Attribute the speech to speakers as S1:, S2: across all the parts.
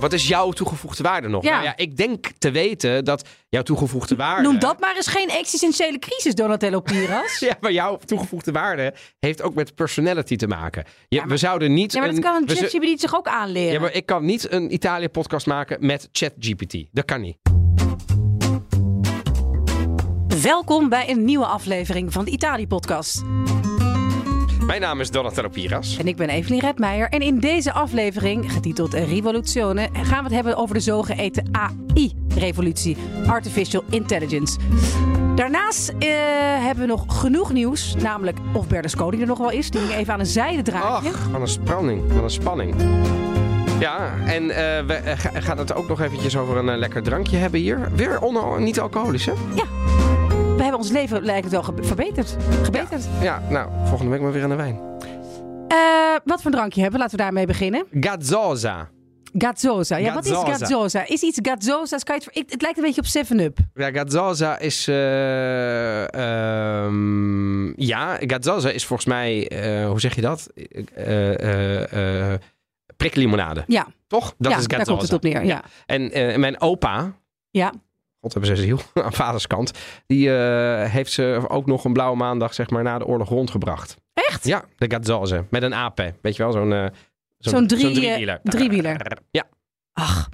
S1: wat is jouw toegevoegde waarde nog?
S2: Ja.
S1: Nou ja, ik denk te weten dat jouw toegevoegde waarde...
S2: Noem dat maar eens geen existentiële crisis, Donatello Piras.
S1: Ja, maar jouw toegevoegde waarde heeft ook met personality te maken. Je,
S2: maar-
S1: we zouden niet...
S2: Ja, maar dat
S1: een-
S2: kan een
S1: we zo-
S2: ChatGPT zich ook aanleren.
S1: Ja, maar ik kan niet een Italië-podcast maken met ChatGPT. Dat kan niet.
S2: Welkom bij een nieuwe aflevering van de Italië-podcast.
S1: Mijn naam is Donatello Piras.
S2: En ik ben Evelien Redmeijer. En in deze aflevering, getiteld Revoluzione, gaan we het hebben over de zogeheten AI-revolutie. Artificial Intelligence. Daarnaast eh, hebben we nog genoeg nieuws. Namelijk of Berlusconi er nog wel is. Die ging even aan een zijde draadje.
S1: Ach, wat een spanning. Wat een spanning. Ja, en eh, we eh, ga- gaan het ook nog eventjes over een eh, lekker drankje hebben hier. Weer onal- niet-alcoholisch, hè?
S2: We hebben ons leven lijkt het wel ge- verbeterd. Gebeterd.
S1: Ja, nou, volgende week maar weer aan de wijn.
S2: Eh, wat voor een drankje hebben? we? Laten we daarmee beginnen.
S1: Gazzosa.
S2: Gazzosa. Ja, wat is
S1: Gazzosa.
S2: gazzosa? Is iets gazzosa's? Kan je het, ver- ik- het lijkt een beetje op 7-Up.
S1: Ja, Gazzosa is... eh, ehm, ja, Gazzosa is volgens mij... eh, hoe zeg je dat? Eh eh, eh, priklimonade,
S2: Ja,
S1: toch? Dat
S2: ja
S1: is
S2: daar komt het
S1: Gazzosa.
S2: op neer. Ja.
S1: En eh, mijn opa,
S2: Ja.
S1: God hebben ze ziel, aan vaders kant. Die eh, heeft ze ook nog een blauwe maandag, zeg maar, na de oorlog rondgebracht.
S2: Echt?
S1: Ja, de Gazzoze. Met een ape. Weet je wel, zo'n... eh,
S2: Zo'n drie, eh,
S1: driewieler.
S2: driewieler.
S1: Ja,
S2: Ach,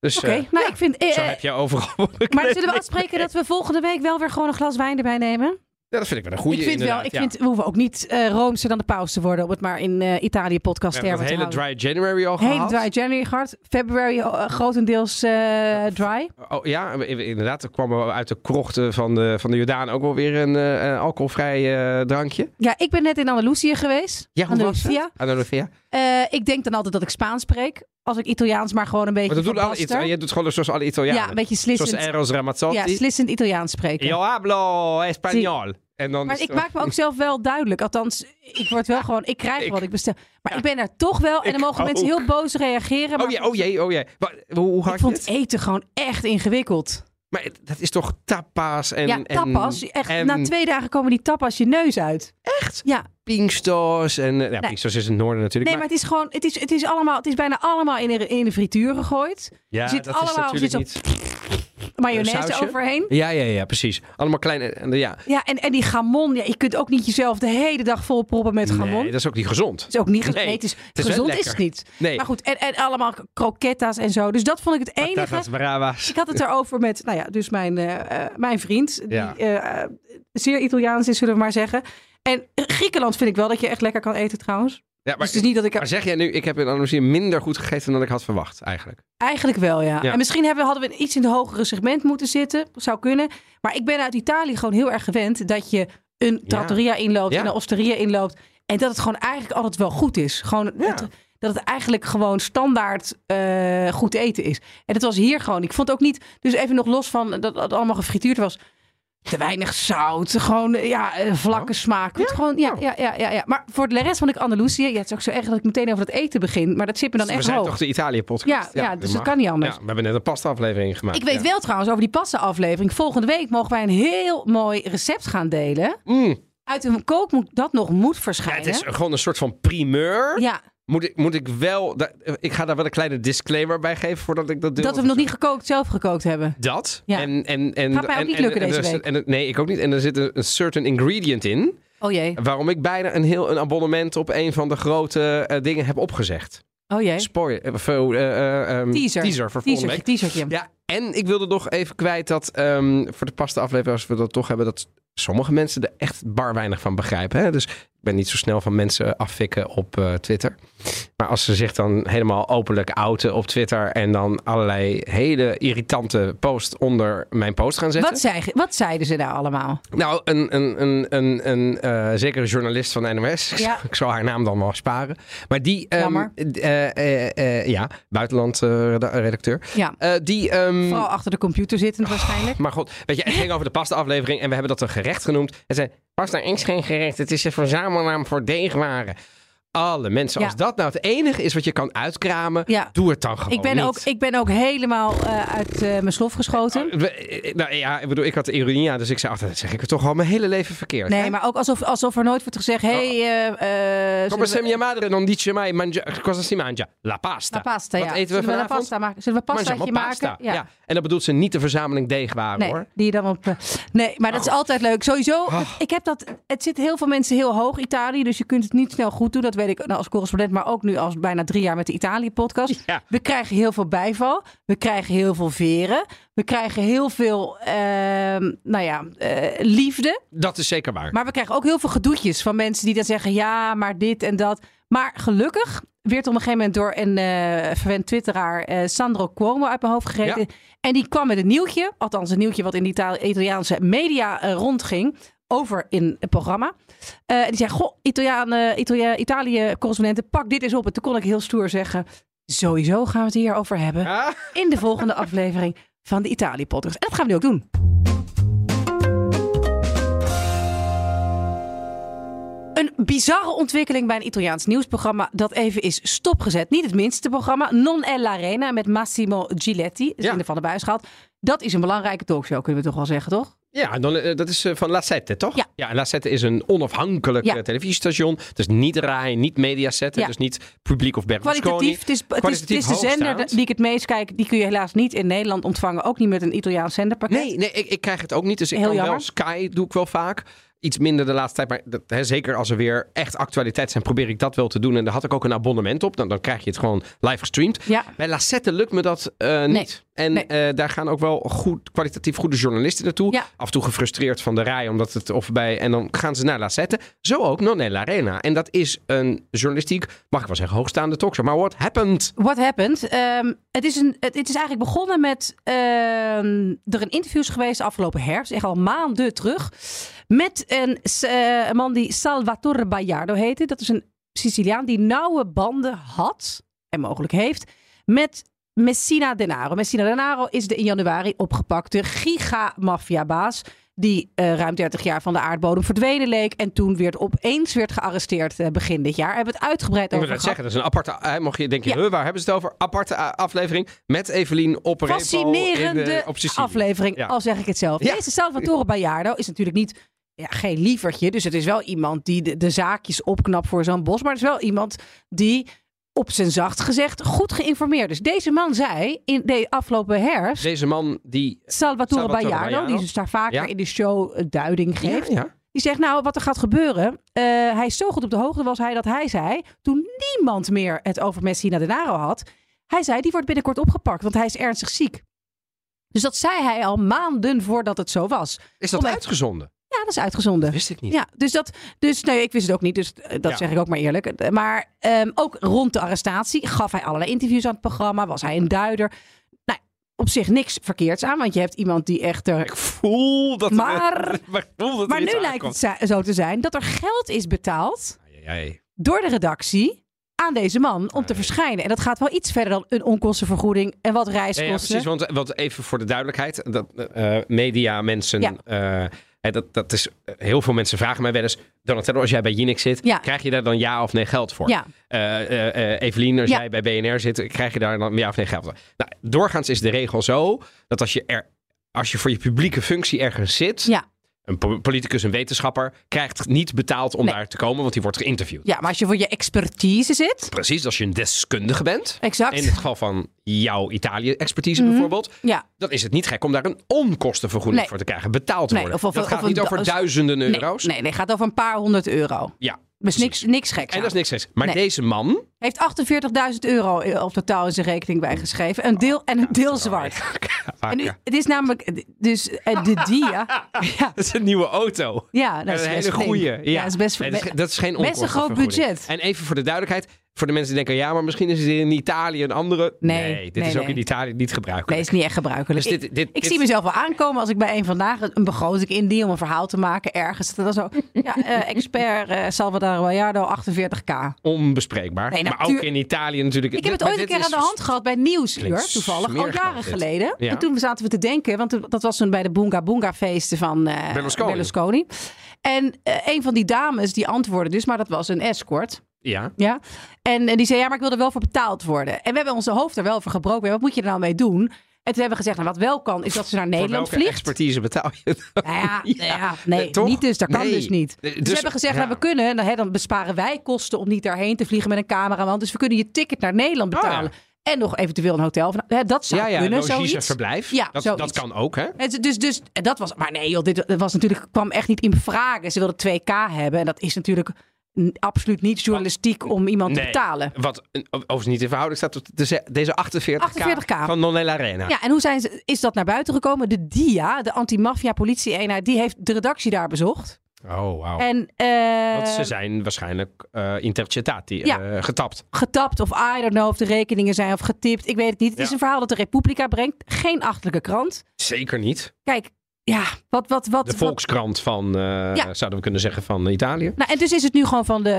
S1: dus
S2: oké.
S1: eh,
S2: nou, ik vind... eh,
S1: zo
S2: eh,
S1: heb je overal...
S2: maar zullen we afspreken dat we volgende week wel weer gewoon een glas wijn erbij nemen?
S1: Ja, dat vind ik wel een goede,
S2: ik vind wel, ik
S1: ja.
S2: vind, we hoeven ook niet eh roomser dan de paus te worden, om het maar in eh Italië podcast
S1: We
S2: termen
S1: hebben
S2: te
S1: het hele
S2: houden.
S1: dry January al
S2: Hele
S1: gehad.
S2: dry January gehad, February eh, grotendeels eh, dry.
S1: Oh, ja, inderdaad. Er kwam wel uit de krochten van de, van de Jordaan ook wel weer een eh, alcoholvrij eh, drankje.
S2: Ja, ik ben net in Andalusië geweest.
S1: Ja, hoe was het?
S2: Andalusia.
S1: Andalusia.
S2: Eh, ik denk dan altijd dat ik Spaans spreek. Als ik Italiaans maar gewoon een beetje
S1: Maar dat doen alle
S2: verbaster.
S1: Italianen. Je doet gewoon zoals alle Italianen.
S2: Ja, een beetje
S1: zoals
S2: slissend.
S1: Eros Ramazzotti.
S2: Ja, slissend Italiaans spreken.
S1: Yo hablo español. En dan
S2: Maar
S1: is
S2: ik
S1: het- Oh,
S2: maak me ook zelf wel duidelijk. Althans, ik word wel gewoon... Ik krijg
S1: Ik-
S2: wat ik bestel. Maar ik ben daar toch wel... En dan
S1: Ik
S2: mogen mensen
S1: ook.
S2: heel boos reageren. Maar
S1: Oh jee, oh jee, oh jee. Wa- hoe, hoe
S2: ik
S1: hard
S2: vond
S1: het?
S2: eten gewoon echt ingewikkeld.
S1: Maar het- dat is toch tapas en...
S2: ja, tapas.
S1: En,
S2: echt,
S1: en
S2: na twee dagen komen die tapas je neus uit. Echt? Ja.
S1: pinksters en... eh, Ja, pinksters is in het noorden natuurlijk.
S2: Nee, maar het is gewoon... Het is, het is, allemaal, het is bijna allemaal in de, in de frituur gegooid.
S1: ja,
S2: zit
S1: dat
S2: allemaal-
S1: is natuurlijk
S2: zit
S1: niet... Een
S2: Mayonaise
S1: sausje?
S2: overheen.
S1: Ja, ja, ja, precies. Allemaal kleine... en de- Ja.
S2: Ja, en, en die gamon. Ja, je kunt ook niet jezelf de hele dag volproppen met gamon.
S1: Nee, dat is ook niet gezond.
S2: Het is ook niet
S1: Nee,
S2: gezond. Nee, het is,
S1: is wel
S2: gezond is
S1: lekker.
S2: het niet.
S1: Nee.
S2: Maar goed, en, en allemaal croquetas en zo. Dus dat vond ik het enige.
S1: Patatas bravas.
S2: Ik had het erover met, nou ja, dus mijn, eh, eh, mijn vriend.
S1: Ja.
S2: Die eh, eh, zeer Italiaans is, zullen we maar zeggen. En Griekenland vind ik wel dat je echt lekker kan eten trouwens.
S1: Ja, maar,
S2: dus het is niet dat ik...
S1: maar zeg jij nu, ik heb in Andalusië minder goed gegeten dan ik had verwacht, eigenlijk.
S2: Eigenlijk wel, ja.
S1: Ja.
S2: En misschien hebben, hadden we iets in het hogere segment moeten zitten. Zou kunnen. Maar ik ben uit Italië gewoon heel erg gewend dat je een trattoria inloopt
S1: Ja.
S2: en een osteria inloopt. En dat het gewoon eigenlijk altijd wel goed is. Gewoon
S1: Ja.
S2: het- dat het eigenlijk gewoon standaard eh, goed eten is. En dat was hier gewoon. Ik vond ook niet, dus even nog los van dat het allemaal gefrituurd was. Te weinig zout, gewoon eh, ja, eh, vlakke smaak. Het Gewoon,
S1: Oh.
S2: ja, ja, ja, ja, ja. Maar voor de rest vond ik Andalusië. Ja, het is ook zo erg dat ik meteen over het eten begin. Maar dat zit me dan
S1: Dus we
S2: echt
S1: zijn
S2: hoog.
S1: toch de Italië-podcast?
S2: Ja, ja, dus dat
S1: mag.
S2: kan niet anders.
S1: Ja, we hebben net een pasta-aflevering gemaakt.
S2: Ik weet
S1: ja.
S2: wel trouwens over die pasta-aflevering. Volgende week mogen wij een heel mooi recept gaan delen.
S1: Mm.
S2: Uit een kookboek dat nog moet
S1: Ja,
S2: verschijnen.
S1: het is gewoon een soort van primeur.
S2: Ja,
S1: Moet ik, moet ik wel. da- ik ga daar wel een kleine disclaimer bij geven voordat ik dat doe.
S2: dat we hem nog niet gekookt, zelf gekookt hebben.
S1: Dat.
S2: Ja.
S1: En, en, en,
S2: Gaat mij ook
S1: en-
S2: niet
S1: en-
S2: lukken
S1: en-
S2: deze
S1: en-
S2: week.
S1: en- nee, ik ook niet. En er zit een, een certain ingredient in.
S2: Oh jee,
S1: Waarom ik bijna een heel een abonnement op een van de grote eh, dingen heb opgezegd.
S2: oh jee.
S1: Spoiler. eh, veel, eh, eh, ehm,
S2: Teaser.
S1: Teaser voor volgende
S2: Teasertje,
S1: week.
S2: teasertje.
S1: Ja, en ik wilde nog even kwijt dat ehm, voor de paste aflevering, als we dat toch hebben, dat sommige mensen er echt bar weinig van begrijpen. Hè? Dus ik ben niet zo snel van mensen affikken op eh, Twitter. Maar als ze zich dan helemaal openlijk outen op Twitter en dan allerlei hele irritante posts onder mijn post gaan zetten.
S2: Wat, zei, wat zeiden ze daar allemaal?
S1: Nou, een, een, een, een, een eh, zekere journalist van de NOS,
S2: Ja.
S1: ik zal haar naam dan wel sparen. Maar die, ehm,
S2: Jammer.
S1: eh, eh, eh, ja, buitenland eh, reda- redacteur.
S2: Ja,
S1: Eh, die, ehm,
S2: vooral achter de computer
S1: Oh,
S2: zittend waarschijnlijk.
S1: maar god, weet je, het ging over de pasta-aflevering en we hebben dat een gerecht genoemd. En zei, pasta is geen gerecht, het is een verzamelnaam voor deegwaren. alle mensen.
S2: Ja.
S1: Als dat nou het enige is wat je kan uitkramen,
S2: Ja.
S1: doe het dan gewoon
S2: Ik ben,
S1: oh, niet.
S2: ook, ik ben ook helemaal eh, uit eh, mijn slof geschoten.
S1: We- eh, Nou ja, ik bedoel, ik had de ironie aan, dus ik zei altijd, dat zeg ik het toch al mijn hele leven verkeerd.
S2: Nee,
S1: hè?
S2: maar ook alsof, alsof er nooit wordt gezegd... hey,
S1: Oh.
S2: eh, eh, zullen
S1: Come
S2: we-
S1: se mia madre non dice mai mangia, cosa si mangia? La pasta.
S2: La pasta,
S1: Wat
S2: ja.
S1: eten we
S2: Zullen we la
S1: vanavond?
S2: pasta maken? Zullen we
S1: Mangiamo
S2: pastaatje maken?
S1: pasta. Ja. En dat bedoelt ze niet de verzameling deegwaren
S2: Nee,
S1: hoor.
S2: die je dan op. eh, Nee, maar dat is altijd leuk. Sowieso, ik heb dat. Het zit heel veel mensen heel hoog Italië, dus je kunt het niet snel goed doen. Dat weet ik nou, als correspondent, maar ook nu als bijna drie jaar met de Italië-podcast.
S1: Ja.
S2: We krijgen heel veel bijval. We krijgen heel veel veren. We krijgen heel veel, ehm, nou ja, eh, liefde.
S1: Dat is zeker waar.
S2: Maar we krijgen ook heel veel gedoetjes van mensen die dan zeggen: ja, maar dit en dat. Maar gelukkig werd op een gegeven moment door een eh verwend twitteraar eh, Sandro Cuomo uit mijn hoofd gereden.
S1: Ja.
S2: En die kwam met een nieuwtje, althans een nieuwtje wat in de Itali- Italiaanse media eh, rondging, over in het programma. Eh, en die zei, goh, Italianen, Italia, Italië-correspondenten, pak dit eens op. En toen kon ik heel stoer zeggen, sowieso gaan we het hier over hebben
S1: Ah,
S2: in de volgende aflevering van de Italië-podcast. En dat gaan we nu ook doen. Een bizarre ontwikkeling bij een Italiaans nieuwsprogramma dat even is stopgezet. Niet het minste programma, Non è l'Arena met Massimo Giletti, is
S1: Ja.
S2: in de Van de Buis gehad. Dat is een belangrijke talkshow, kunnen we toch wel zeggen, toch?
S1: ja, dan, eh, dat is eh, van La Sette, toch?
S2: Ja.
S1: en La Sette is een onafhankelijk
S2: Ja.
S1: eh, televisiestation. Dus niet RAI, niet Mediaset,
S2: Ja.
S1: dus niet publiek of Berlusconi.
S2: Kwalitatief, het is, het is, het
S1: Kwalitatief
S2: is de zender
S1: hoogstaand.
S2: die ik het meest kijk. Die kun je helaas niet in Nederland ontvangen, ook niet met een Italiaans zenderpakket.
S1: Nee, nee ik, ik krijg het ook niet. Dus ik
S2: Heel
S1: kan wel
S2: jammer.
S1: Sky, doe ik wel vaak. Iets minder de laatste tijd. Maar dat, hè, zeker als er weer echt actualiteit zijn, probeer ik dat wel te doen. En daar had ik ook een abonnement op. Dan, dan krijg je het gewoon live gestreamd.
S2: Ja.
S1: Bij Lacette lukt me dat eh, niet. En
S2: Nee.
S1: eh, daar gaan ook wel goed, kwalitatief goede journalisten naartoe.
S2: Ja.
S1: Af en toe gefrustreerd van de rij, omdat het of bij. En dan gaan ze naar Lacette. Zo ook Nonella Arena. En dat is een journalistiek, mag ik wel zeggen, hoogstaande talkshow. Maar what happened?
S2: What happened? Ehm, het, is een, het, het is eigenlijk begonnen met. ehm er een interview is geweest afgelopen herfst, echt al maanden terug. Met een, s- eh, een man die Salvatore Baiardo heette. Dat is een Siciliaan die nauwe banden had en mogelijk heeft. met Messina Denaro. Messina Denaro is de in januari opgepakte gigamafiabaas. Die eh, ruim 30 jaar van de aardbodem verdwenen leek. En toen weer opeens werd gearresteerd eh, begin dit jaar. Hebben we het
S1: Ik
S2: uitgebreid
S1: moet
S2: over
S1: dat
S2: gehad.
S1: zeggen, dat is een aparte. Hè, mocht je denken,
S2: Ja.
S1: huh, waar hebben ze het over? Aparte eh, aflevering met Evelien op een repo in
S2: fascinerende
S1: de- op Sicilië.
S2: aflevering,
S1: Ja.
S2: al zeg ik het zelf.
S1: Ja.
S2: Deze Salvatore Baiardo is natuurlijk niet ja, geen lievertje. Dus het is wel iemand die de, de zaakjes opknapt voor zo'n bos. Maar het is wel iemand die op zijn zacht gezegd goed geïnformeerd is. Deze man zei in de afgelopen herfst...
S1: Deze man die.
S2: Salvatore,
S1: Salvatore
S2: Baiardo,
S1: Baiardo.
S2: die dus daar vaker
S1: Ja.
S2: in de show eh, duiding
S1: Ja,
S2: geeft...
S1: ja.
S2: Die zegt, nou, wat er gaat gebeuren. eh, hij is zo goed op de hoogte was hij dat hij zei. Toen niemand meer het over Messina Denaro had. Hij zei, die wordt binnenkort opgepakt, want hij is ernstig ziek. Dus dat zei hij al maanden voordat het zo was.
S1: Is dat
S2: Om-
S1: uitgezonden?
S2: Ja, dat is uitgezonden.
S1: Dat wist ik niet.
S2: Ja, dus dat. Dus nee, ik wist het ook niet. Dus eh, dat
S1: Ja.
S2: zeg ik ook maar eerlijk. Eh, Maar ehm, ook rond de arrestatie gaf hij allerlei interviews aan het programma. Was hij een duider? Nou, op zich niks verkeerds aan, want je hebt iemand die echt er
S1: Ik voel dat. er-
S2: Maar-
S1: ik voel dat
S2: Maar nu lijkt het za- zo te zijn dat er geld is betaald
S1: het.
S2: door de redactie aan deze man om te verschijnen. En dat gaat wel iets verder dan een onkostenvergoeding en wat
S1: Ja, ja,
S2: reiskosten.
S1: precies. Want, eh, want even voor de duidelijkheid: dat, eh, eh, media, mensen.
S2: Ja.
S1: eh, hè, dat, dat is, eh, heel veel mensen vragen mij wel eens: Donatello, als jij bij Jinek zit,
S2: Ja.
S1: krijg je daar dan ja of nee geld voor?
S2: Ja.
S1: Eh, eh, eh, Evelien, als
S2: Ja.
S1: jij bij BNR zit, krijg je daar dan ja of nee geld voor? Nou, doorgaans is de regel zo dat als je, er, als je voor je publieke functie ergens zit,
S2: Ja.
S1: een po- politicus, een wetenschapper, krijgt niet betaald om
S2: Nee.
S1: daar te komen, want die wordt geïnterviewd.
S2: ja, maar als je voor je expertise zit.
S1: Precies, als je een deskundige bent.
S2: Exact. Mhm.
S1: In het geval van jouw Italië-expertise bijvoorbeeld,
S2: Ja,
S1: dan is het niet gek om daar een onkostenvergoeding
S2: Nee.
S1: voor te krijgen, betaald te
S2: Nee,
S1: worden.
S2: of- of-
S1: dat
S2: of
S1: gaat
S2: een
S1: niet
S2: da-
S1: over
S2: als-
S1: duizenden
S2: nee,
S1: euro's.
S2: nee, nee, gaat over een paar honderd euro.
S1: Ja,
S2: Dus
S1: Precies.
S2: niks, niks geks.
S1: en
S2: aan.
S1: dat is niks geks. Maar
S2: Nee.
S1: deze man,
S2: Heeft 48.000 euro eh, op totaal in zijn rekening bijgeschreven. Een
S1: Oh,
S2: deel en een deel zwart. En nu, het is namelijk, dus eh, de dia. Ja,
S1: dat is een nieuwe auto.
S2: ja dat is
S1: een
S2: best
S1: hele
S2: flink.
S1: goede. Ja.
S2: Ja, dat is best
S1: Nee, dat, is, ge- dat is geen
S2: best een groot
S1: onkostenvergoeding. En
S2: budget.
S1: even voor de duidelijkheid, voor de mensen die denken, ja, maar misschien is het in Italië een andere.
S2: Nee,
S1: dit
S2: nee,
S1: is ook
S2: nee.
S1: in Italië niet
S2: Nee,
S1: gebruikelijk.
S2: is niet echt gebruikelijk.
S1: Dus dit-
S2: Ik-
S1: dit-
S2: ik
S1: dit-
S2: zie mezelf wel aankomen als ik bij een vandaag een begroting indien om een verhaal te maken ergens. Dat dan zo, ja, eh, expert eh Salvador Gallardo 48k.
S1: Onbespreekbaar.
S2: Nee,
S1: maar
S2: natuur-
S1: ook in Italië natuurlijk.
S2: Ik heb het
S1: maar
S2: ooit een
S1: dit
S2: keer aan
S1: is-
S2: de hand gehad bij Nieuwsuur,
S1: Klinkt
S2: toevallig, al
S1: smerig,
S2: jaren
S1: dit.
S2: geleden.
S1: Ja.
S2: En toen zaten we te denken, want dat was toen bij de Boonga Boonga feesten van eh,
S1: Berlusconi.
S2: Berlusconi. En eh, een van die dames die antwoordde dus, maar dat was een escort.
S1: Ja.
S2: Ja? En, en die zei, ja, maar ik wil er wel voor betaald worden. En we hebben onze hoofd er wel voor gebroken. Wat moet je er nou mee doen? En toen hebben we gezegd, nou, wat wel kan, is dat ze naar
S1: Voor
S2: Nederland
S1: welke
S2: vliegt.
S1: expertise betaal je? dan?
S2: Nou ja, nou ja,
S1: nee,
S2: nee,
S1: toch?
S2: niet dus. Dat kan
S1: Nee.
S2: dus niet.
S1: Dus-
S2: Dus, we hebben gezegd,
S1: ja.
S2: nou, we kunnen, nou, hè, dan besparen wij kosten om niet daarheen te vliegen met een cameraman. Dus we kunnen je ticket naar Nederland
S1: Oh, ja.
S2: betalen. En nog eventueel een hotel. Of- Hè, dat zou
S1: ja, ja,
S2: kunnen,
S1: logies en
S2: zoiets.
S1: verblijf.
S2: Ja,
S1: dat,
S2: zoiets.
S1: dat kan ook, hè?
S2: En ze- Dus, dus en dat was. Maar nee, joh, dit was natuurlijk, kwam echt niet in vragen. Ze wilden 2K hebben. En dat is natuurlijk n- absoluut niet journalistiek om iemand
S1: Nee.
S2: te betalen.
S1: Wat eh, overigens niet in verhouding staat tot de ze- deze 48k,
S2: 48K.
S1: van Nonella Arena.
S2: Ja, en hoe zijn ze, is dat naar buiten gekomen? De DIA, de anti-maffia-politie-eenheid, die heeft de redactie daar bezocht.
S1: Oh, wauw.
S2: En, eh,
S1: Want ze zijn waarschijnlijk eh intercetati
S2: Ja.
S1: eh, getapt.
S2: getapt of I don't know of de rekeningen zijn of getipt. Ik weet het niet. Het
S1: Ja.
S2: is een verhaal dat de Republica brengt. Geen achterlijke krant.
S1: Zeker niet.
S2: Kijk, ja, wat, wat, wat.
S1: De
S2: wat-
S1: Volkskrant van, eh, zouden we kunnen zeggen, van eh, Italië.
S2: Nou, en dus is het nu gewoon van de,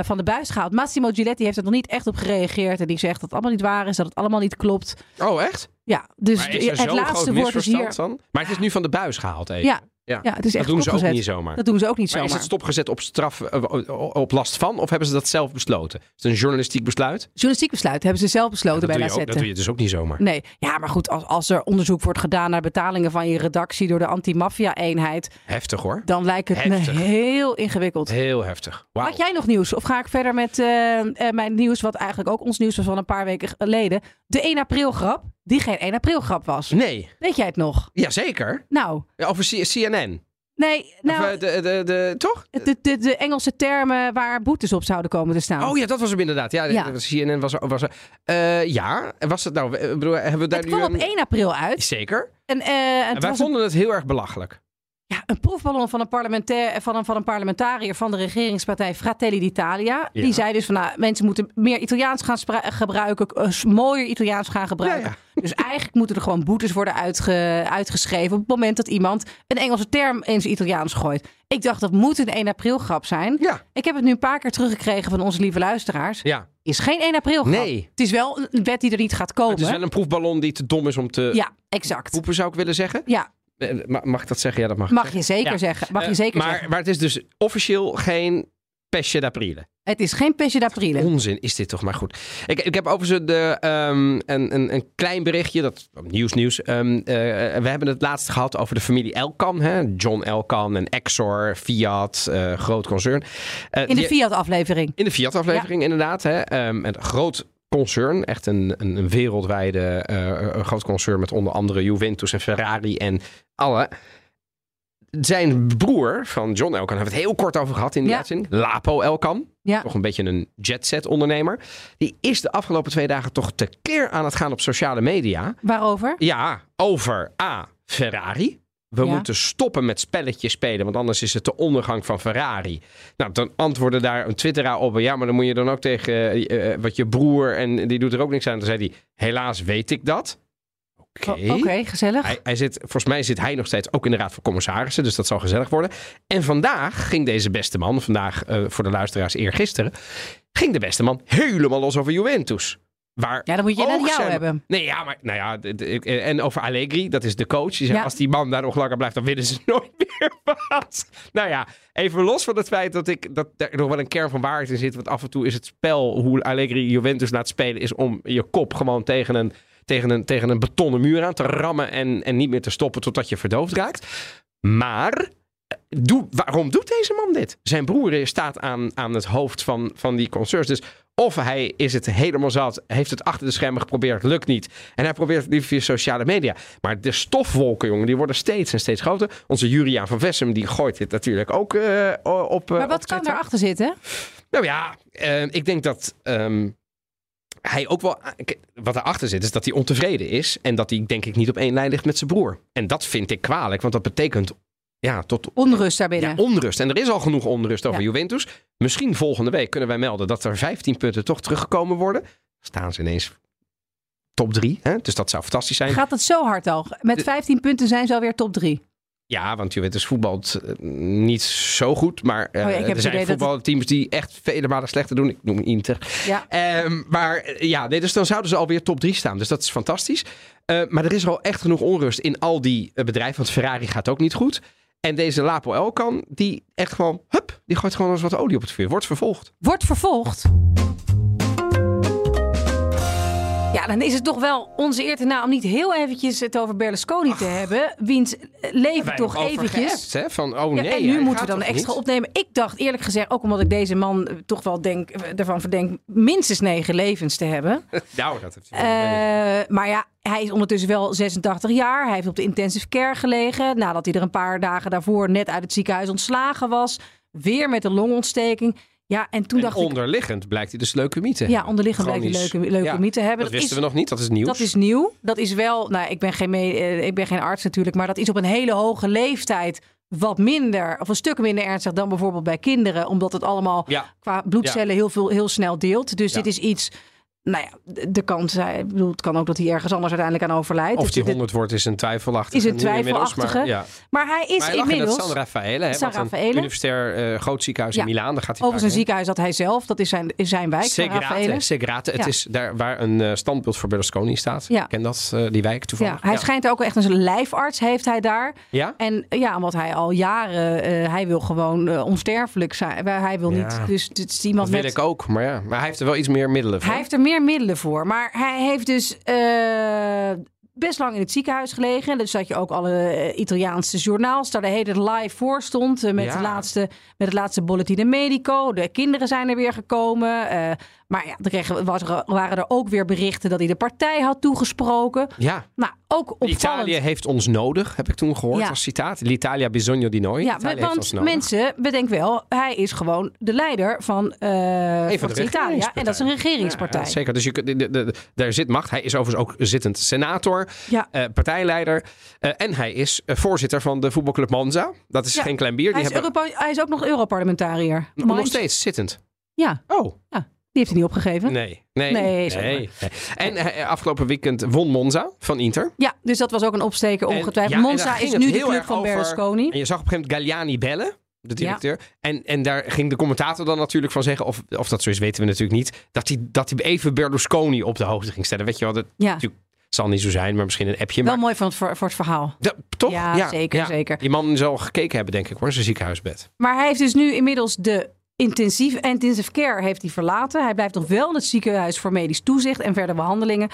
S2: eh, van de buis gehaald. Massimo Giletti heeft er nog niet echt op gereageerd. En die zegt dat het allemaal niet waar is, dat het allemaal niet klopt.
S1: Oh, echt?
S2: Ja, dus
S1: Maar is er
S2: het
S1: zo'n
S2: laatste
S1: groot
S2: woord is
S1: misverstand
S2: hier.
S1: dan? Maar het is nu van de buis gehaald even.
S2: Ja,
S1: Ja.
S2: ja, het is
S1: dat
S2: echt
S1: doen ze ook
S2: opgezet.
S1: niet zomaar.
S2: Dat doen ze ook niet
S1: Maar is
S2: zomaar.
S1: het stopgezet op straf, eh, eh, op last van? Of hebben ze dat zelf besloten? Is het een journalistiek besluit?
S2: Journalistiek besluit hebben ze zelf
S1: Dat
S2: besloten
S1: doe,
S2: bij
S1: je ook, dat doe
S2: Lazette.
S1: je dus ook niet zomaar.
S2: Nee, ja, maar goed, als, als er onderzoek wordt gedaan naar betalingen van je redactie door de anti-maffia-eenheid,
S1: Heftig hoor.
S2: dan lijkt het me
S1: Heftig.
S2: heel ingewikkeld.
S1: Heel heftig. Wauw.
S2: Had jij nog nieuws? Of ga ik verder met eh, eh, mijn nieuws, wat eigenlijk ook ons nieuws was van een paar weken geleden? De 1 april grap, die geen 1 april grap was.
S1: Nee,
S2: Weet jij het nog?
S1: jazeker.
S2: Nou,
S1: Ja, Over C- CNN.
S2: nee, nou,
S1: of, eh, de, de, de, toch?
S2: de, de, de Engelse termen waar boetes op zouden komen te staan.
S1: Oh ja, dat was hem inderdaad. Ja,
S2: Nou. Ja.
S1: CNN was... was eh ja, was het nou... eh, bedoel, hebben we daar
S2: het
S1: nu
S2: kwam op
S1: een-
S2: 1 april uit.
S1: Zeker.
S2: En, eh, en
S1: En
S2: het
S1: wij
S2: was een,
S1: vonden het heel erg belachelijk.
S2: ja, een proefballon van een, parlementair, van, een, van een parlementariër van de regeringspartij Fratelli d'Italia.
S1: Ja.
S2: Die zei dus van nou, mensen moeten meer Italiaans gaan spra- gebruiken, eh, s- mooier Italiaans gaan gebruiken.
S1: Ja,
S2: Dus eigenlijk moeten er gewoon boetes worden uitge- uitgeschreven op het moment dat iemand een Engelse term in zijn Italiaans gooit. Ik dacht dat moet een 1 april grap zijn.
S1: Ja.
S2: Ik heb het nu een paar keer teruggekregen van onze lieve luisteraars.
S1: Ja.
S2: Is geen 1 april grap.
S1: Nee.
S2: Het is wel een wet die er niet gaat komen.
S1: Het is wel een proefballon die te dom is om te
S2: Oh, Ja, exact.
S1: poepen, zou ik willen zeggen.
S2: Ja,
S1: Eh, ma- Mag ik dat zeggen? Ja, dat mag. ik
S2: mag
S1: zeggen.
S2: je zeker
S1: Ja.
S2: zeggen. Mag je
S1: Eh,
S2: zeker
S1: maar,
S2: zeggen.
S1: maar het is dus officieel geen pesje d'aprile.
S2: Het is geen pesje d'aprile.
S1: Onzin is dit toch maar goed. Ik, ik heb overigens de, ehm, een, een, een klein berichtje, dat nieuws nieuws. Ehm, eh, we hebben het laatst gehad over de familie Elkan. Hè? John Elkan en Exor, Fiat, eh, groot concern. Eh,
S2: In de
S1: die-
S2: Fiat-aflevering.
S1: in de Fiat-aflevering, inderdaad. Hè? Ehm, een groot concern, echt een, een, een wereldwijde eh, een groot concern met onder andere Juventus en Ferrari en alle. Zijn broer van John Elkan hebben we het heel kort over gehad in die
S2: Ja.
S1: uitzending. Lapo Elkan,
S2: Ja.
S1: toch een beetje een jetset ondernemer. Die is de afgelopen twee dagen toch tekeer aan het gaan op sociale media.
S2: Waarover?
S1: Ja, over A. Ferrari. We
S2: Ja.
S1: moeten stoppen met spelletjes spelen, want anders is het de ondergang van Ferrari. Nou, dan antwoordde daar een twitteraar op. Ja, maar dan moet je dan ook tegen eh, eh, wat je broer en die doet er ook niks aan. Toen zei hij, helaas weet ik dat. Oké.
S2: Oké, gezellig.
S1: Hij, hij zit, volgens mij zit hij nog steeds ook in de Raad van Commissarissen, dus dat zal gezellig worden. En vandaag ging deze beste man, vandaag eh, voor de luisteraars eergisteren, ging de beste man helemaal los over Juventus. Waar
S2: Ja, dan moet je
S1: ook
S2: net jou
S1: zijn-
S2: hebben.
S1: Nee, ja, maar nou ja, d- d- ik- en over Allegri, dat is de coach. Die zegt,
S2: Ja.
S1: als die man daar nog langer blijft, dan winnen ze nooit meer wat. Nou ja, even los van het feit dat ik dat er nog wel een kern van waarheid in zit. Want af en toe is het spel hoe Allegri Juventus laat spelen, is om je kop gewoon tegen een, tegen een, tegen een betonnen muur aan te rammen en, en niet meer te stoppen totdat je verdoofd raakt. Maar eh, Doe, waarom doet deze man dit? Zijn broer staat aan, aan het hoofd van, van die concerns. Dus of hij is het helemaal zat, heeft het achter de schermen geprobeerd, lukt niet. En hij probeert het liever via sociale media. Maar de stofwolken, jongen, die worden steeds en steeds groter. Onze Juriaan van Vessem, die gooit dit natuurlijk ook eh, op eh,
S2: Maar
S1: op
S2: wat kan
S1: Twitter.
S2: daarachter zitten?
S1: Nou ja, eh, ik denk dat ehm, hij ook wel... kijk, Wat erachter zit, is dat hij ontevreden is. En dat hij, denk ik, niet op één lijn ligt met zijn broer. En dat vind ik kwalijk, want dat betekent... Ja, tot
S2: Onrust daarbinnen.
S1: ja, onrust. En er is al genoeg onrust over
S2: Ja.
S1: Juventus. Misschien volgende week kunnen wij melden dat er 15 punten toch teruggekomen worden. Staan ze ineens top 3. Hè? Dus dat zou fantastisch zijn.
S2: Gaat het zo hard al? Met
S1: De-
S2: 15 punten zijn ze alweer top 3.
S1: Ja, want Juventus voetbalt eh, niet zo goed. Maar eh,
S2: Oh ja, ik heb
S1: er
S2: het
S1: zijn
S2: idee dat-
S1: voetbalteams die echt vele malen slechter doen. Ik noem Inter.
S2: Ja.
S1: Ehm, maar eh, ja, nee, dus dan zouden ze alweer top 3 staan. Dus dat is fantastisch. Eh, maar er is al echt genoeg onrust in al die eh, bedrijven. Want Ferrari gaat ook niet goed. En deze Lapo Elkan, die echt gewoon, hup, die gooit gewoon eens wat olie op het vuur. Wordt vervolgd.
S2: Wordt vervolgd. Ja, dan is het toch wel onze eer te na om niet heel eventjes het over Berlusconi te hebben. Wiens leven toch eventjes...
S1: Overgehept, hè? Van, oh
S2: Ja,
S1: nee.
S2: en
S1: hij
S2: nu moeten
S1: gaat
S2: we dan
S1: toch
S2: extra
S1: niet?
S2: opnemen. Ik dacht eerlijk gezegd, ook omdat ik deze man eh, toch wel denk, eh, ervan verdenk minstens negen levens te hebben.
S1: Nou, dat heeft hij wel een beetje.
S2: Eh, maar ja, hij is ondertussen wel 86 jaar. Hij heeft op de intensive care gelegen. Nadat hij er een paar dagen daarvoor net uit het ziekenhuis ontslagen was. Weer met een longontsteking. Ja, en toen
S1: En
S2: dacht ik...
S1: onderliggend blijkt hij dus leukemie te
S2: Ja,
S1: hebben.
S2: onderliggend blijkt hij
S1: Chronisch.
S2: leuke, leuke
S1: Ja,
S2: mythe hebben.
S1: Dat wisten we nog niet, dat is nieuws.
S2: Dat is nieuw. Dat is wel, nou, ik ben, geen me- eh, ik ben geen arts natuurlijk, maar dat is op een hele hoge leeftijd wat minder, of een stuk minder ernstig dan bijvoorbeeld bij kinderen, omdat het allemaal
S1: Ja.
S2: qua bloedcellen heel, veel, heel snel deelt. Dus
S1: Ja.
S2: dit is iets, nou ja, de- de kans, eh, ik bedoel, het kan ook dat hij ergens anders uiteindelijk aan overlijdt.
S1: Of
S2: Dus
S1: die
S2: dit-
S1: 100 wordt is een twijfelachtige.
S2: Is een
S1: nu inmiddels,
S2: twijfelachtige.
S1: Maar, ja.
S2: maar hij is
S1: maar hij lag
S2: inmiddels.
S1: in het San Raffaele, hè,
S2: San
S1: wat een
S2: Raffaele.
S1: universitair eh, groot ziekenhuis
S2: Ja.
S1: in Milaan. Daar gaat hij
S2: Overigens een
S1: vaak
S2: ziekenhuis dat hij zelf, dat is zijn, is zijn wijk.
S1: heen.
S2: San
S1: Segrate,
S2: Raffaele.
S1: Segrate. Het
S2: Ja.
S1: is daar waar een eh, standbeeld voor Berlusconi staat.
S2: Ja.
S1: Ik ken dat, eh, die wijk toevallig.
S2: Ja, hij schijnt ook echt een lijfarts heeft hij daar.
S1: Ja?
S2: En eh, ja, omdat hij al jaren, eh, hij wil gewoon eh, onsterfelijk zijn. Wij- Hij wil
S1: Ja.
S2: niet, dus het is iemand
S1: Dat wil
S2: met...
S1: ik ook, maar ja. Maar hij heeft er wel iets meer middelen voor.
S2: Hij heeft er meer middelen voor, maar hij heeft dus eh, best lang in het ziekenhuis gelegen. Dus dat je ook alle eh, Italiaanse journaals daar de hele live voor stond. eh, met,
S1: Ja.
S2: de laatste, met het laatste bulletine medico. De kinderen zijn er weer gekomen. eh, maar ja, er kregen, was er, waren er ook weer berichten dat hij de partij had toegesproken.
S1: Ja,
S2: Nou, ook opvallend.
S1: Italië heeft ons nodig, heb ik toen gehoord
S2: Ja.
S1: als citaat. L'Italia bisogno di noi.
S2: Ja,
S1: Italië heeft ons
S2: want
S1: nodig.
S2: mensen, bedenk wel, hij is gewoon de leider van, eh
S1: Een van
S2: van
S1: de
S2: Italië. En dat is een regeringspartij.
S1: Ja, zeker. Dus je, kunt- de, de, de- daar zit macht. Hij is overigens ook zittend senator,
S2: Ja.
S1: eh, partijleider. eh, en hij is eh, voorzitter van de voetbalclub Monza. Dat is
S2: Ja.
S1: geen klein bier.
S2: hij,
S1: Die
S2: is
S1: hebben
S2: Europa- hij is ook nog Europarlementariër.
S1: nog
S2: Mind-
S1: steeds zittend.
S2: Ja,
S1: Oh,
S2: die heeft hij niet opgegeven.
S1: nee. Nee,
S2: Nee, zeg maar.
S1: En eh, afgelopen weekend won Monza van Inter.
S2: Ja, dus dat was ook een opsteker
S1: En-
S2: ongetwijfeld.
S1: ja, en daar
S2: Monza
S1: ging
S2: is
S1: het
S2: nu de
S1: heel
S2: club
S1: erg
S2: van
S1: over-
S2: Berlusconi.
S1: En je zag op een gegeven moment Galliani bellen, de directeur. En, en daar ging de commentator dan natuurlijk van zeggen, of, of dat zo is weten we natuurlijk niet, dat hij, dat hij even Berlusconi op de hoogte ging stellen. Weet je wel, dat
S2: Ja,
S1: natuurlijk zal niet zo zijn, maar misschien een appje.
S2: wel
S1: maar,
S2: mooi van het, voor, voor het verhaal.
S1: Da- toch?
S2: Ja, zeker, zeker.
S1: Die man zal gekeken hebben, denk ik, hoor, in zijn ziekenhuisbed.
S2: Maar hij heeft dus nu inmiddels de intensief, intensive care heeft hij verlaten. Hij blijft nog wel in het ziekenhuis voor medisch toezicht en verder behandelingen.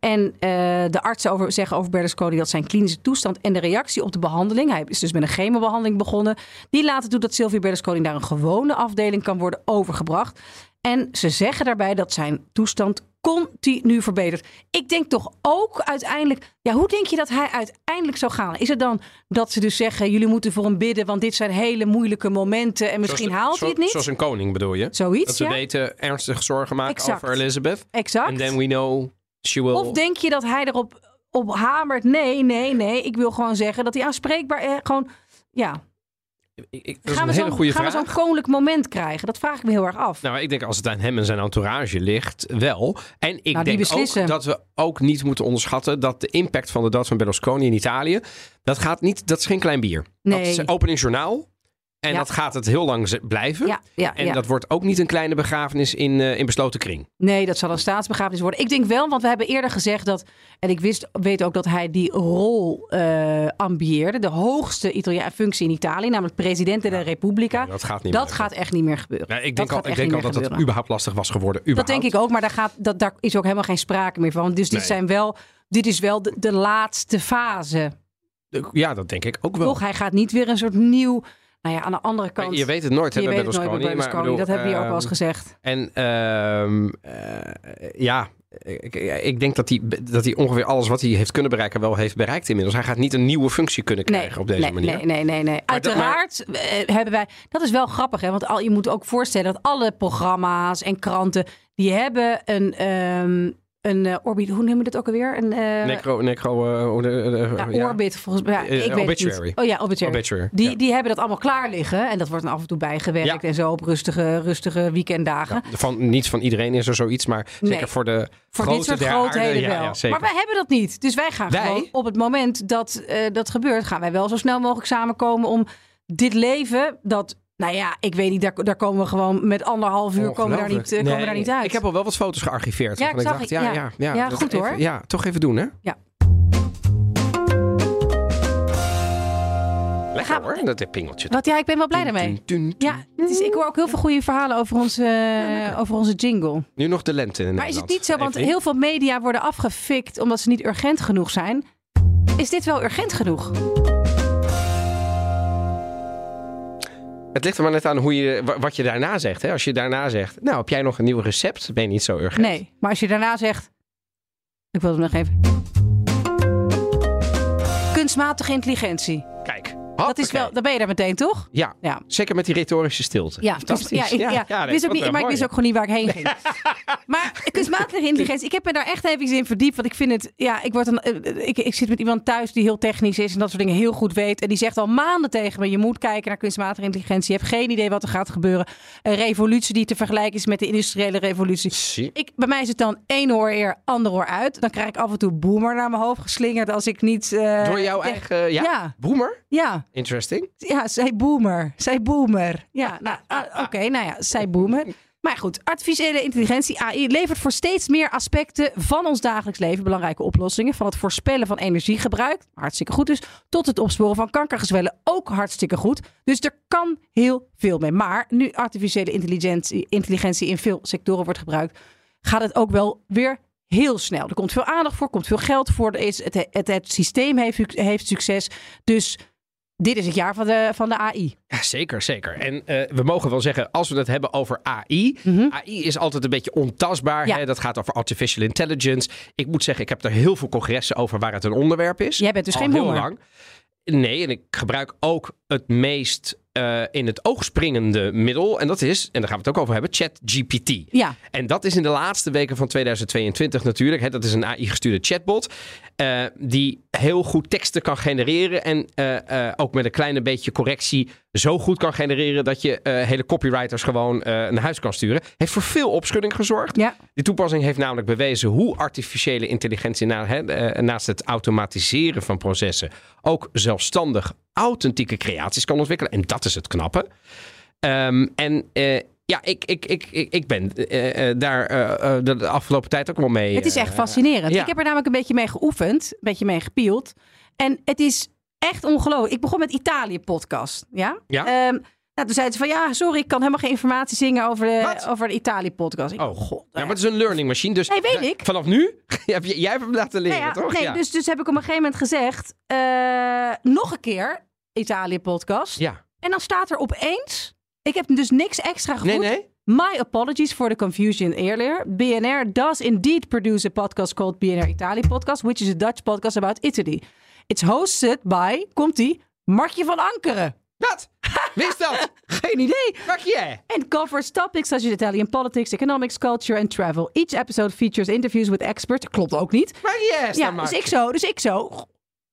S2: En eh, de artsen over, zeggen over Berlusconi dat zijn klinische toestand en de reactie op de behandeling. Hij is dus met een chemobehandeling begonnen. Die laten toe dat Sylvia Berlusconi naar een gewone afdeling kan worden overgebracht. En ze zeggen daarbij dat zijn toestand continu verbetert. Ik denk toch ook uiteindelijk. Ja, hoe denk je dat hij uiteindelijk zou gaan? Is het dan dat ze dus zeggen: jullie moeten voor hem bidden, want dit zijn hele moeilijke momenten en misschien
S1: Zoals-
S2: haalt hij het
S1: zo-
S2: niet?
S1: Zoals een koning bedoel je?
S2: Zoiets,
S1: dat ze
S2: ja.
S1: weten ernstig zorgen maken
S2: Exact.
S1: over Elizabeth. And
S2: Exact.
S1: then we know she will...
S2: Of denk je dat hij erop op hamert? Nee, nee, nee. Ik wil gewoon zeggen dat hij aanspreekbaar. Eh, gewoon, ja.
S1: Ik- ik- dat is
S2: Gaan
S1: een
S2: we
S1: hele
S2: zo'n
S1: goede
S2: gaan we
S1: vraag.
S2: zo'n koninklijk moment krijgen? Dat vraag ik me heel erg af.
S1: Nou, ik denk als het aan hem en zijn entourage ligt, wel. En ik
S2: Nou, die
S1: denk ook
S2: beslissen.
S1: dat we ook niet moeten onderschatten dat de impact van de dood van Berlusconi in Italië, dat gaat niet, dat is geen klein bier. Dat
S2: Nee.
S1: is opening journaal. En
S2: Ja.
S1: dat gaat het heel lang z- blijven.
S2: ja, ja,
S1: Nou, En
S2: ja.
S1: dat wordt ook niet een kleine begrafenis in, eh, in besloten kring.
S2: Nee, dat zal een staatsbegrafenis worden. Ik denk wel, want we hebben eerder gezegd dat. En ik wist, weet ook dat hij die rol eh ambieerde. De hoogste Italia functie in Italië, namelijk president de Repubblica.
S1: dat gaat niet
S2: dat
S1: meer.
S2: gaat echt niet meer gebeuren.
S1: Ja, ik
S2: Dat
S1: denk al,
S2: gaat
S1: ik
S2: echt
S1: denk al
S2: niet
S1: dat
S2: meer
S1: het
S2: gebeuren.
S1: überhaupt lastig was geworden.
S2: Dat
S1: Überhaupt.
S2: denk ik ook, maar daar, gaat, dat, daar is ook helemaal geen sprake meer van. Dus dit,
S1: Nee.
S2: zijn wel, dit is wel de, de laatste fase.
S1: Ja, dat denk ik ook wel.
S2: Toch, hij gaat niet weer een soort nieuw. Nou ja, aan de andere
S1: Maar
S2: kant.
S1: je weet het nooit, hè,
S2: je
S1: bij
S2: weet het nooit bij
S1: Berlusconi. maar ik bedoel,
S2: Berlusconi. dat hebben we hier ook wel eens
S1: ehm,
S2: gezegd.
S1: En ehm, eh, ja, ik, ik denk dat hij, dat hij ongeveer alles wat hij heeft kunnen bereiken wel heeft bereikt inmiddels. Hij gaat niet een nieuwe functie kunnen krijgen
S2: Nee,
S1: op deze
S2: nee,
S1: manier.
S2: nee, nee, nee, nee.
S1: dat-
S2: Uiteraard eh, hebben wij. Dat is wel grappig, hè? Want al, je moet ook voorstellen dat alle programma's en kranten. die hebben een. ehm een eh, orbit. Hoe noem je dat ook alweer? Een eh,
S1: Necro, necro, eh, hoe de- de-
S2: ja,
S1: ja.
S2: orbit, volgens mij. Ja,
S1: Eh,
S2: ik weet het
S1: obituary.
S2: niet. Oh ja, obituary.
S1: Obituary,
S2: Die,
S1: ja.
S2: die hebben dat allemaal klaar liggen. En dat wordt dan af en toe bijgewerkt
S1: Ja.
S2: en zo op rustige, rustige weekenddagen.
S1: Van, niet van iedereen is er zoiets, maar zeker
S2: Nee.
S1: voor de
S2: Voor
S1: grote
S2: dit soort
S1: der aarde,
S2: grootheden
S1: ja,
S2: wel.
S1: ja, zeker.
S2: maar wij hebben dat niet. Dus wij gaan
S1: Wij?
S2: gewoon op het moment dat eh, dat gebeurt, gaan wij wel zo snel mogelijk samenkomen om dit leven dat. Nou ja, ik weet niet, daar, daar komen we gewoon met anderhalf uur komen we daar niet, eh, komen we daar
S1: Nee.
S2: niet uit.
S1: Ik heb al wel wat foto's gearchiveerd.
S2: Ja,
S1: waarvan
S2: ik
S1: ik
S2: zag
S1: dacht,
S2: het,
S1: ja,
S2: ja.
S1: ja, ja,
S2: Ja,
S1: dat
S2: goed,
S1: even-
S2: hoor.
S1: Ja, toch even doen, hè?
S2: Ja.
S1: Lekker
S2: Gaan we-
S1: hoor, dat dit pingeltje.
S2: Wat ja, ik ben wel blij daarmee. Ja, het is, ik hoor ook heel veel goede verhalen over onze, eh, over onze jingle.
S1: Nu nog de lente in
S2: Maar is het
S1: Nederland.
S2: niet zo, want
S1: Even-
S2: heel veel media worden afgefikt omdat ze niet urgent genoeg zijn. Is dit wel urgent genoeg?
S1: Het ligt er maar net aan hoe je, wa- wat je daarna zegt. Hè? Als je daarna zegt, nou heb jij nog een nieuw recept? Ben je niet zo urgent.
S2: Nee, maar als je daarna zegt... Ik wil hem nog even... Kunstmatige intelligentie.
S1: Kijk,
S2: Dat is wel, dan ben je daar meteen, toch?
S1: Ja,
S2: Ja.
S1: zeker met die retorische stilte.
S2: Ja, dus-
S1: Fantastisch.
S2: Ja, ik, ja.
S1: nee,
S2: Ik wist ook
S1: dat wel
S2: niet, maar ik
S1: mooi.
S2: wist ook gewoon niet waar ik heen ging. maar kunstmatige intelligentie, ik heb me daar echt even in verdiept. Want ik vind het, ja, ik, word een, eh, ik, ik zit met iemand thuis die heel technisch is en dat soort dingen heel goed weet. En die zegt al maanden tegen me: je moet kijken naar kunstmatige intelligentie. Je hebt geen idee wat er gaat gebeuren. Een revolutie die te vergelijken is met de industriële revolutie.
S1: Zie.
S2: Ik, bij mij is het dan één oor eer, ander oor uit. Dan krijg ik af en toe boomer naar mijn hoofd geslingerd als ik niet. eh,
S1: Door jouw
S2: tegen-
S1: eigen... ja?
S2: Ja.
S1: Boomer?
S2: Ja,
S1: Interesting.
S2: ja, zij boomer. Zij boomer. Ja, nou, ah, oké, nou ja, zij boomer. Maar goed, artificiële intelligentie, AI, levert voor steeds meer aspecten van ons dagelijks leven belangrijke oplossingen. Van het voorspellen van energiegebruik, hartstikke goed dus, tot het opsporen van kankergezwellen, ook hartstikke goed. Dus er kan heel veel mee. Maar nu artificiële intelligentie, intelligentie in veel sectoren wordt gebruikt, gaat het ook wel weer heel snel. Er komt veel aandacht voor, komt veel geld voor. Er is, het, het, het systeem heeft, heeft succes. Dus dit is het jaar van de, van de AI.
S1: Ja, zeker, zeker. En eh, we mogen wel zeggen, als we het hebben over AI... AI is altijd een beetje ontastbaar.
S2: Mhm. Ja.
S1: Hè? Dat gaat over artificial intelligence. Ik moet zeggen, ik heb er heel veel congressen over waar het een onderwerp is.
S2: Jij bent dus
S1: Al
S2: geen
S1: heel
S2: boomer.
S1: lang. Nee, en ik gebruik ook het meest eh, in het oog springende middel. En dat is, en daar gaan we het ook over hebben, ChatGPT.
S2: Ja.
S1: En dat is in de laatste weken van 2022 natuurlijk. Hè, dat is een AI-gestuurde chatbot. eh, die heel goed teksten kan genereren. En eh, eh, ook met een klein beetje correctie zo goed kan genereren. dat je eh, hele copywriters gewoon eh, naar huis kan sturen. Heeft voor veel opschudding gezorgd.
S2: Ja.
S1: Die toepassing heeft namelijk bewezen hoe artificiële intelligentie na- hè, eh, naast het automatiseren van processen ook zelfstandig authentieke creaties kan ontwikkelen. En dat is het knappe. Ehm, en eh, ja, ik, ik, ik, ik, ik ben eh, eh, daar eh, eh, de, de afgelopen tijd ook wel mee.
S2: Het is
S1: eh,
S2: echt fascinerend.
S1: ja.
S2: Ik heb er namelijk een beetje mee geoefend, een beetje mee gepield. En het is echt ongelooflijk. Ik begon met Italië-podcast. Ja?
S1: eh, Ja.
S2: Ehm, nou, toen zeiden ze van ja, sorry, ik kan helemaal geen informatie zingen over de,
S1: Wat?
S2: over de Italië-podcast. Nou Ik-
S1: Oh god. Ja, maar het is een learning machine. Dus
S2: Nee, weet
S1: da-
S2: ik.
S1: Vanaf nu heb je, jij hebt hem laten leren,
S2: Nou ja,
S1: toch?
S2: nee,
S1: ja.
S2: dus, dus heb ik op een gegeven moment gezegd: eh, nog een keer Italië-podcast.
S1: ja.
S2: En dan staat er opeens. Ik heb dus niks extra gevoeld.
S1: Nee, nee.
S2: My apologies for the confusion earlier. BNR does indeed produce a podcast called BNR Italy Podcast, which is a Dutch podcast about Italy. It's hosted by, komt-ie, Martje van Ankeren.
S1: Wat? Wist dat?
S2: Geen idee.
S1: Pak je.
S2: and covers topics such as Italian politics, economics, culture and travel. Each episode features interviews with experts. Klopt ook niet.
S1: Pak je.
S2: Ja, dus ik zo, dus ik zo.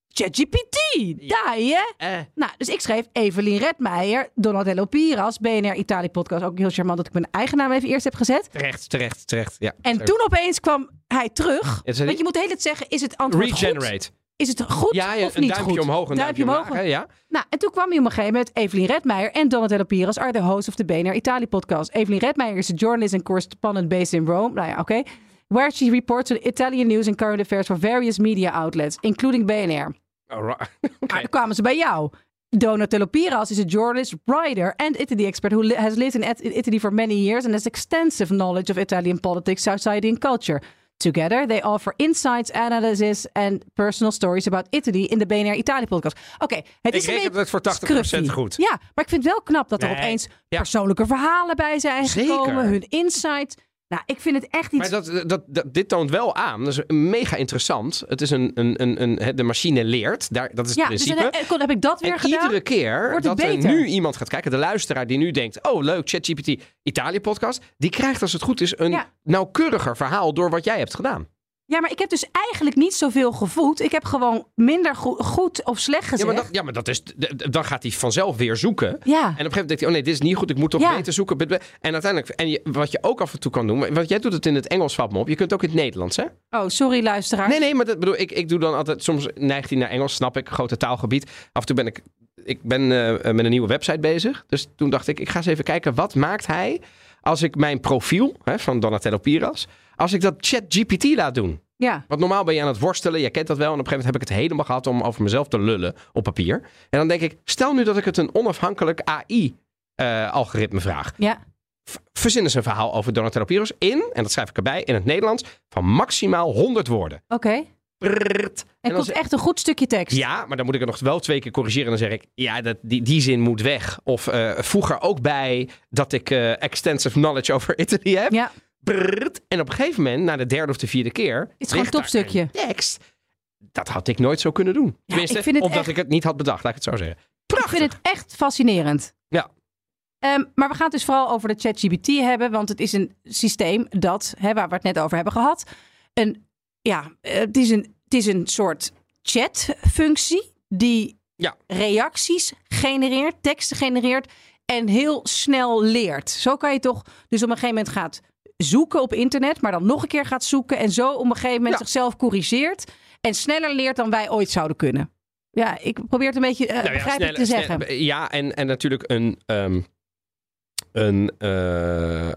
S2: ChatGPT, daar je.
S1: Eh,
S2: Nou, dus ik schreef Evelien Redmeijer, Donatello Piras, BNR Italië podcast. Ook heel charmant dat ik mijn eigen naam even eerst heb gezet.
S1: Terecht, terecht, terecht. Ja.
S2: En
S1: Sorry.
S2: toen opeens kwam hij terug.
S1: Ja, zei
S2: Want je moet de hele tijd zeggen, is het antwoord goed?
S1: Regenerate.
S2: Is het goed
S1: Ja, ja,
S2: of
S1: een
S2: niet
S1: duimpje
S2: goed?
S1: omhoog, een duimpje, omlaag. hè, ja.
S2: Nou, en toen kwam hij op een gegeven moment. Evelien Redmeijer en Donatello Piras are the hosts of the BNR Italië podcast. Evelien Redmeijer is a journalist and correspondent based in Rome. Nou ja, oké. Where she reports on Italian news and current affairs for various media outlets, including BNR.
S1: Alright.
S2: Maar dan kwamen ze bij jou. Donatello Piras is a journalist, writer and Italy expert who li- has lived in It- Italy for many years and has extensive knowledge of Italian politics, society and culture. Together, they offer insights, analysis and personal stories about Italy in de BNR Italië podcast. Oké, het is
S1: reken
S2: een beetje
S1: het voor 80%
S2: scruffy.
S1: goed.
S2: Ja, maar ik vind het wel knap dat er
S1: Nee,
S2: opeens
S1: ja.
S2: persoonlijke verhalen bij zijn
S1: Zeker.
S2: gekomen, hun insights. Nou, ik vind het echt iets.
S1: Maar dat, dat, dat, dit toont wel aan. Dat is mega interessant. Het is een, een, een, een, hè, de machine leert. Daar, dat is
S2: ja,
S1: het
S2: dus
S1: principe.
S2: dan, eh, kon- heb ik dat weer
S1: en
S2: gedaan?
S1: iedere keer
S2: wordt het
S1: dat er
S2: beter.
S1: nu iemand gaat kijken, de luisteraar die nu denkt: Oh, leuk, ChatGPT, Italië-podcast. Die krijgt, als het goed is, een
S2: Ja.
S1: nauwkeuriger verhaal door wat jij hebt gedaan.
S2: Ja, maar ik heb dus eigenlijk niet zoveel gevoeld. Ik heb gewoon minder go- goed of slecht
S1: Ja,
S2: gezegd.
S1: maar, dat, ja, maar dat is, d- d- dan gaat hij vanzelf weer zoeken.
S2: Ja.
S1: En op een gegeven moment denkt hij, oh nee, dit is niet goed, ik moet toch
S2: Ja.
S1: beter zoeken. En uiteindelijk, en je- wat je ook af en toe kan doen, want jij doet het in het Engels, vat me op. Je kunt ook in het Nederlands, hè?
S2: Oh, sorry luisteraar.
S1: Nee, nee, maar dat bedoel ik. Ik doe dan altijd. Soms neigt hij naar Engels, snap ik. Grote taalgebied. Af en toe ben ik. Ik ben eh, met een nieuwe website bezig. Dus toen dacht ik, ik ga eens even kijken. Wat maakt hij als ik mijn profiel hè, van Donatello Piras. Als ik dat ChatGPT laat doen?
S2: Ja.
S1: Want normaal ben je aan het worstelen, jij kent dat wel. En op een gegeven moment heb ik het helemaal gehad om over mezelf te lullen op papier. En dan denk ik, stel nu dat ik het een onafhankelijk AI-algoritme vraag.
S2: Ja.
S1: V- Verzin eens een verhaal over Donatello Piros in, en dat schrijf ik erbij, in het Nederlands, van maximaal 100 woorden.
S2: Oké.
S1: Prrrt.
S2: En
S1: dan
S2: komt echt een goed stukje tekst.
S1: Ja, maar dan moet ik het nog wel twee keer corrigeren. Dan zeg ik, ja, dat, die, die zin moet weg. Of eh voeg er ook bij dat ik eh, extensive knowledge over Italy heb.
S2: Ja.
S1: Brrrt. En op een gegeven moment, na de derde of de vierde keer...
S2: is gewoon
S1: ligt daar
S2: topstukje.
S1: een tekst. Dat had ik nooit zo kunnen doen. Tenminste,
S2: ik vind het
S1: omdat
S2: echt-
S1: ik het niet had bedacht, laat ik het zo zeggen.
S2: Ik
S1: Prachtig.
S2: vind het echt fascinerend.
S1: Ja.
S2: Ehm, maar we gaan het dus vooral over de ChatGPT hebben, want het is een systeem dat, hè, waar we het net over hebben gehad, een, ja, eh, het, is een, het is een soort chatfunctie die
S1: Ja.
S2: reacties genereert, teksten genereert en heel snel leert. Zo kan je toch, dus op een gegeven moment gaat zoeken op internet, maar dan nog een keer gaat zoeken en zo op een gegeven moment
S1: Ja.
S2: zichzelf corrigeert en sneller leert dan wij ooit zouden kunnen. Ja, ik probeer het een beetje eh,
S1: Nou ja,
S2: begrijpelijk
S1: sneller-
S2: te zeggen.
S1: sneller- ja, en, en natuurlijk een... ehm, een eh,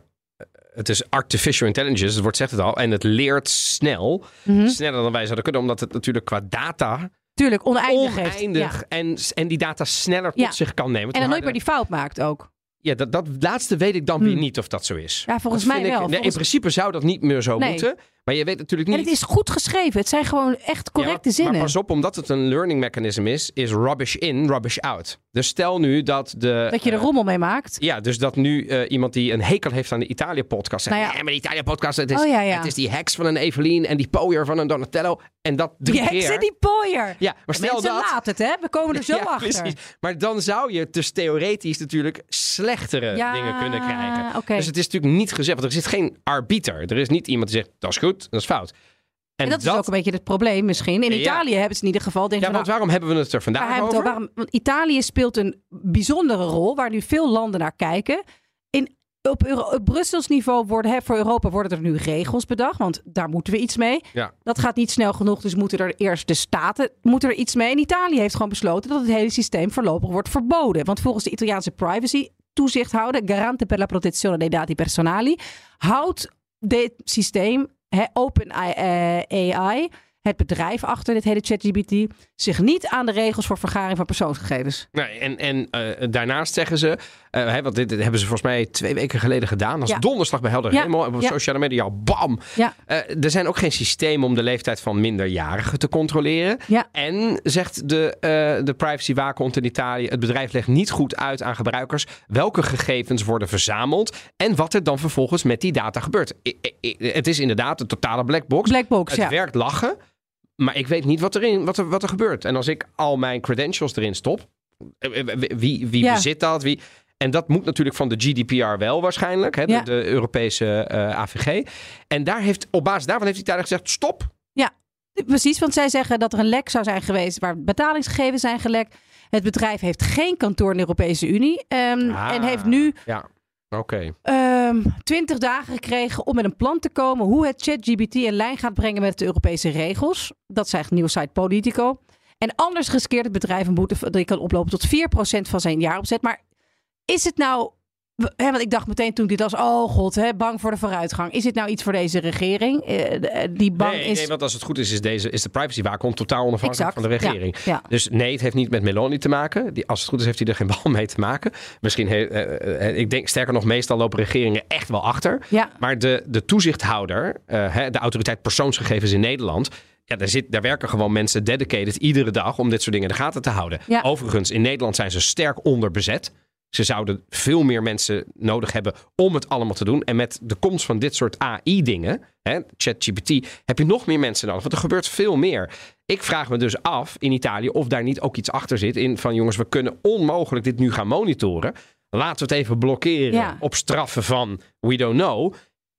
S1: het is artificial intelligence, het woord zegt het al. En het leert snel.
S2: Mhm.
S1: Sneller dan wij zouden kunnen, omdat het natuurlijk qua data
S2: Tuurlijk, oneindig. heeft.
S1: oneindig
S2: Ja.
S1: en, en die data sneller tot
S2: Ja.
S1: zich kan nemen.
S2: En dan nooit meer
S1: Harder-
S2: die fout maakt ook.
S1: Ja, dat, dat laatste weet ik dan weer
S2: Hmm.
S1: niet of dat zo is.
S2: Ja, volgens
S1: Dat
S2: mij
S1: vind ik-
S2: wel.
S1: nee, In
S2: Volgens-
S1: principe zou dat niet meer zo
S2: Nee.
S1: moeten. Maar je weet natuurlijk
S2: En
S1: niet...
S2: het is goed geschreven. Het zijn gewoon echt
S1: Ja,
S2: correcte
S1: maar-
S2: zinnen.
S1: Maar pas op, omdat het een learning mechanism is, is rubbish in, rubbish out. Dus stel nu dat de...
S2: dat je er
S1: eh,
S2: rommel mee maakt.
S1: ja, dus dat nu eh, iemand die een hekel heeft aan de Italië-podcast zegt...
S2: Nou ja.
S1: Nee, maar de Italië-podcast, het, is-
S2: Oh, ja, ja.
S1: het is die heks van een Evelien en die pooier van een Donatello. En dat drie
S2: Die heks
S1: keer.
S2: en die pooier.
S1: Ja, maar stel
S2: Mensen,
S1: dat...
S2: laat het, hè. We komen er zo
S1: Ja,
S2: achter.
S1: precies. Maar dan zou je dus theoretisch natuurlijk slechtere
S2: Ja,
S1: eh, dingen kunnen krijgen.
S2: oké.
S1: Dus het is natuurlijk niet gezegd, want er zit geen arbiter. Er is niet iemand die zegt, dat is goed, dat is fout.
S2: En dat, is ook een beetje het probleem misschien. In
S1: Ja.
S2: Italië hebben ze in ieder geval... Denken
S1: Ja,
S2: van,
S1: want waarom hebben we het er
S2: nou, waar
S1: vandaag
S2: hebben we
S1: over?
S2: het over? Waarom- want Italië speelt een bijzondere rol... waar nu veel landen naar kijken. In, op, Euro- op Brussels niveau worden, hè, voor Europa worden er nu regels bedacht. Want daar moeten we iets mee.
S1: Ja.
S2: Dat gaat niet snel genoeg, dus moeten er eerst de staten moeten er iets mee. En Italië heeft gewoon besloten dat het hele systeem voorlopig wordt verboden. Want volgens de Italiaanse privacy toezichthouder Garante per la protezione dei dati personali houdt dit systeem, hè, Open AI, eh, AI, het bedrijf achter dit hele ChatGPT, zich niet aan de regels voor vergaring van persoonsgegevens.
S1: Nee, Nou, en en eh, daarnaast zeggen ze, eh, hè, want dit, dit hebben ze volgens mij twee weken geleden gedaan, als
S2: Ja.
S1: donderslag bij Helder
S2: Ja,
S1: Hemel, en op
S2: ja.
S1: sociale media, al bam!
S2: Ja.
S1: Eh, er zijn ook geen systemen om de leeftijd van minderjarigen te controleren.
S2: Ja.
S1: En, zegt de, eh de privacywaakhond in Italië, het bedrijf legt niet goed uit aan gebruikers welke gegevens worden verzameld en wat er dan vervolgens met die data gebeurt. I- I- I- het is inderdaad een totale black box.
S2: Black box,
S1: Het
S2: ja.
S1: werkt lachen, maar ik weet niet wat, erin, wat, er, wat er gebeurt. En als ik al mijn credentials erin stop, eh, eh, wie, wie
S2: Ja.
S1: bezit dat? Wie... En dat moet natuurlijk van de GDPR wel waarschijnlijk, hè, de-
S2: Ja.
S1: de, Europese eh, AVG. En daar heeft, op basis daarvan heeft Italië gezegd, stop.
S2: Precies, want zij zeggen dat er een lek zou zijn geweest waar betalingsgegevens zijn gelekt. Het bedrijf heeft geen kantoor in de Europese Unie ehm,
S1: Ah.
S2: en heeft nu
S1: Ja, oké.
S2: ehm 20 dagen gekregen om met een plan te komen hoe het ChatGPT in lijn gaat brengen met de Europese regels. Dat zegt nieuwsite Politico. En anders riskeert het bedrijf een boete die kan oplopen tot 4% van zijn jaaropzet. Maar is het nou. hè, want ik dacht meteen toen dit was, oh god, hè, bang voor de vooruitgang. Is dit nou iets voor deze regering? eh, de- eh, die bang
S1: Nee,
S2: is.
S1: nee, want als het goed is, is, deze, is de privacywaakhond totaal onafhankelijk
S2: Exact,
S1: van de regering.
S2: Ja, ja.
S1: Dus nee, het heeft niet met Meloni te maken. Die, als het goed is, heeft hij er geen bal mee te maken. Misschien, he- eh, eh, ik denk sterker nog, meestal lopen regeringen echt wel achter.
S2: Ja.
S1: Maar de, de toezichthouder, eh, hè, de autoriteit persoonsgegevens in Nederland. Ja, daar, zit, daar werken gewoon mensen dedicated iedere dag om dit soort dingen in de gaten te houden.
S2: Ja.
S1: Overigens, in Nederland zijn ze sterk onderbezet. Ze zouden veel meer mensen nodig hebben om het allemaal te doen. En met de komst van dit soort AI-dingen, hè, ChatGPT, heb je nog meer mensen nodig. Want er gebeurt veel meer. Ik vraag me dus af in Italië of daar niet ook iets achter zit. In van jongens, we kunnen onmogelijk dit nu gaan monitoren. Laten we het even blokkeren
S2: Ja.
S1: op straffen van we don't know.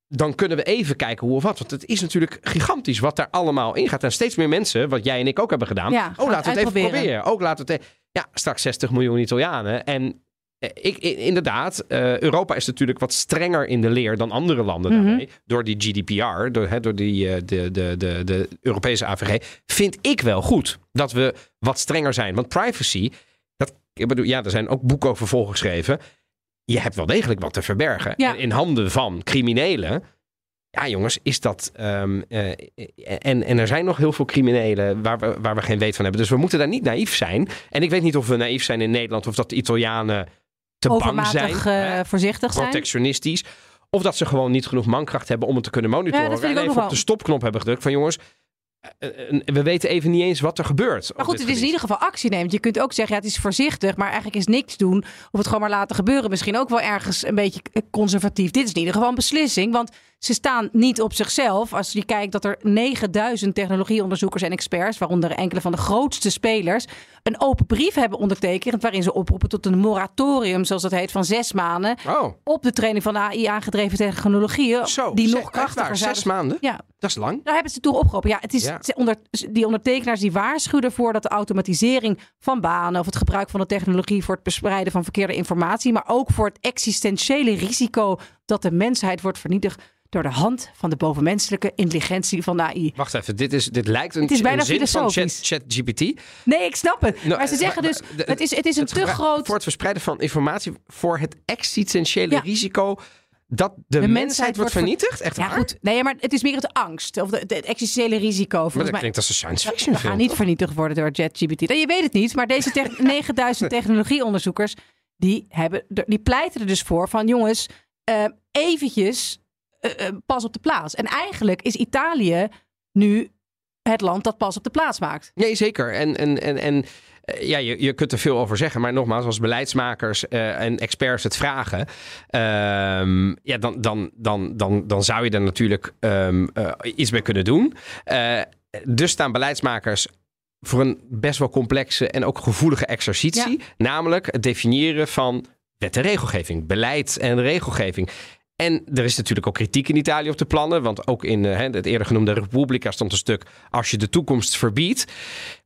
S1: Dan kunnen we even kijken hoe of wat. Want het is natuurlijk gigantisch wat daar allemaal in gaat. En steeds meer mensen, wat jij en ik ook hebben gedaan.
S2: Ja, gaan
S1: oh, laten we het even
S2: uitproberen.
S1: proberen. Ook laten we het e- ja, straks 60 miljoen Italianen. En eh, ik, i- inderdaad, eh, Europa is natuurlijk wat strenger in de leer dan andere landen
S2: Mhm.
S1: daarmee. Door die GDPR, door, hè, door die, eh, de, de, de, de Europese AVG. Vind ik wel goed dat we wat strenger zijn. Want privacy, dat, ik bedoel, ja, er zijn ook boeken over volgeschreven. Je hebt wel degelijk wat te verbergen.
S2: Ja.
S1: En in handen van criminelen Ja, jongens, is dat. ehm, eh, en, en er zijn nog heel veel criminelen waar we, waar we geen weet van hebben. Dus we moeten daar niet naïef zijn. En ik weet niet of we naïef zijn in Nederland of dat de Italianen te bang zijn.
S2: Overmatig eh,
S1: hè,
S2: voorzichtig zijn.
S1: protectionistisch. Of dat ze gewoon niet genoeg mankracht hebben om het te kunnen monitoren.
S2: Ja, dat vind ik
S1: en
S2: ook
S1: even
S2: nog
S1: op de
S2: wel.
S1: stopknop hebben gedrukt van jongens. eh, eh, We weten even niet eens wat er gebeurt. op
S2: Maar goed,
S1: dit
S2: het is
S1: gebied.
S2: in ieder geval actie nemen. Je kunt ook zeggen, ja, het is voorzichtig, maar eigenlijk is niks doen. Of het gewoon maar laten gebeuren. Misschien ook wel ergens een beetje eh, conservatief. Dit is in ieder geval een beslissing, want ze staan niet op zichzelf. Als je kijkt dat er 9000 technologieonderzoekers en experts, waaronder enkele van de grootste spelers, een open brief hebben ondertekend waarin ze oproepen tot een moratorium, zoals dat heet, van zes maanden
S1: Oh,
S2: op de training van AI aangedreven technologieën
S1: zo.
S2: Oh, die
S1: Ze-
S2: nog
S1: echt waar,
S2: krachtiger zijn.
S1: Zes maanden,
S2: Ja,
S1: dat is lang.
S2: daar hebben ze toe opgeroepen. Ja, het is,
S1: Ja.
S2: ze onder, die ondertekenaars die waarschuwden ervoor dat de automatisering van banen of het gebruik van de technologie voor het bespreiden van verkeerde informatie, maar ook voor het existentiële risico dat de mensheid wordt vernietigd door de hand van de bovenmenselijke intelligentie van de AI.
S1: Wacht even, dit, is, dit lijkt een,
S2: Het is bijna
S1: een zin van
S2: filosofisch.
S1: ChatGPT.
S2: Nee, ik snap het.
S1: Nou,
S2: maar ze
S1: eh,
S2: zeggen
S1: maar-
S2: dus,
S1: maar- de-
S2: het is, het is een
S1: het
S2: te
S1: gebruik-
S2: groot...
S1: Voor het verspreiden van informatie voor het existentiële
S2: Ja.
S1: risico dat de, mensheid, wordt
S2: wordt ver-
S1: vernietigd. Echt
S2: Ja
S1: waar?
S2: goed, nee, maar het is meer het angst of de- de- het existentiële risico.
S1: Maar
S2: Volgens
S1: dat
S2: mij.
S1: klinkt als een science
S2: We
S1: fiction
S2: gaan
S1: film.
S2: niet vernietigd worden door ChatGPT. Nou, je weet het niet, maar deze tech- 9000 technologieonderzoekers... Die, hebben, er- die pleiten er dus voor van... jongens, eh, eventjes eh, eh, pas op de plaats. En eigenlijk is Italië nu het land dat pas op de plaats maakt.
S1: Nee, zeker. En, en, en, en eh, ja, je, je kunt er veel over zeggen. Maar nogmaals, als beleidsmakers eh, en experts het vragen... ehm, ja, dan, dan, dan, dan, dan zou je er natuurlijk ehm, eh, iets mee kunnen doen. Eh, dus staan beleidsmakers voor een best wel complexe en ook gevoelige exercitie. Namelijk het definiëren van wet en regelgeving. Beleid en regelgeving. En er is natuurlijk ook kritiek in Italië op de plannen. Want ook in eh, hè, het eerder genoemde Repubblica stond een stuk... als je de toekomst verbiedt.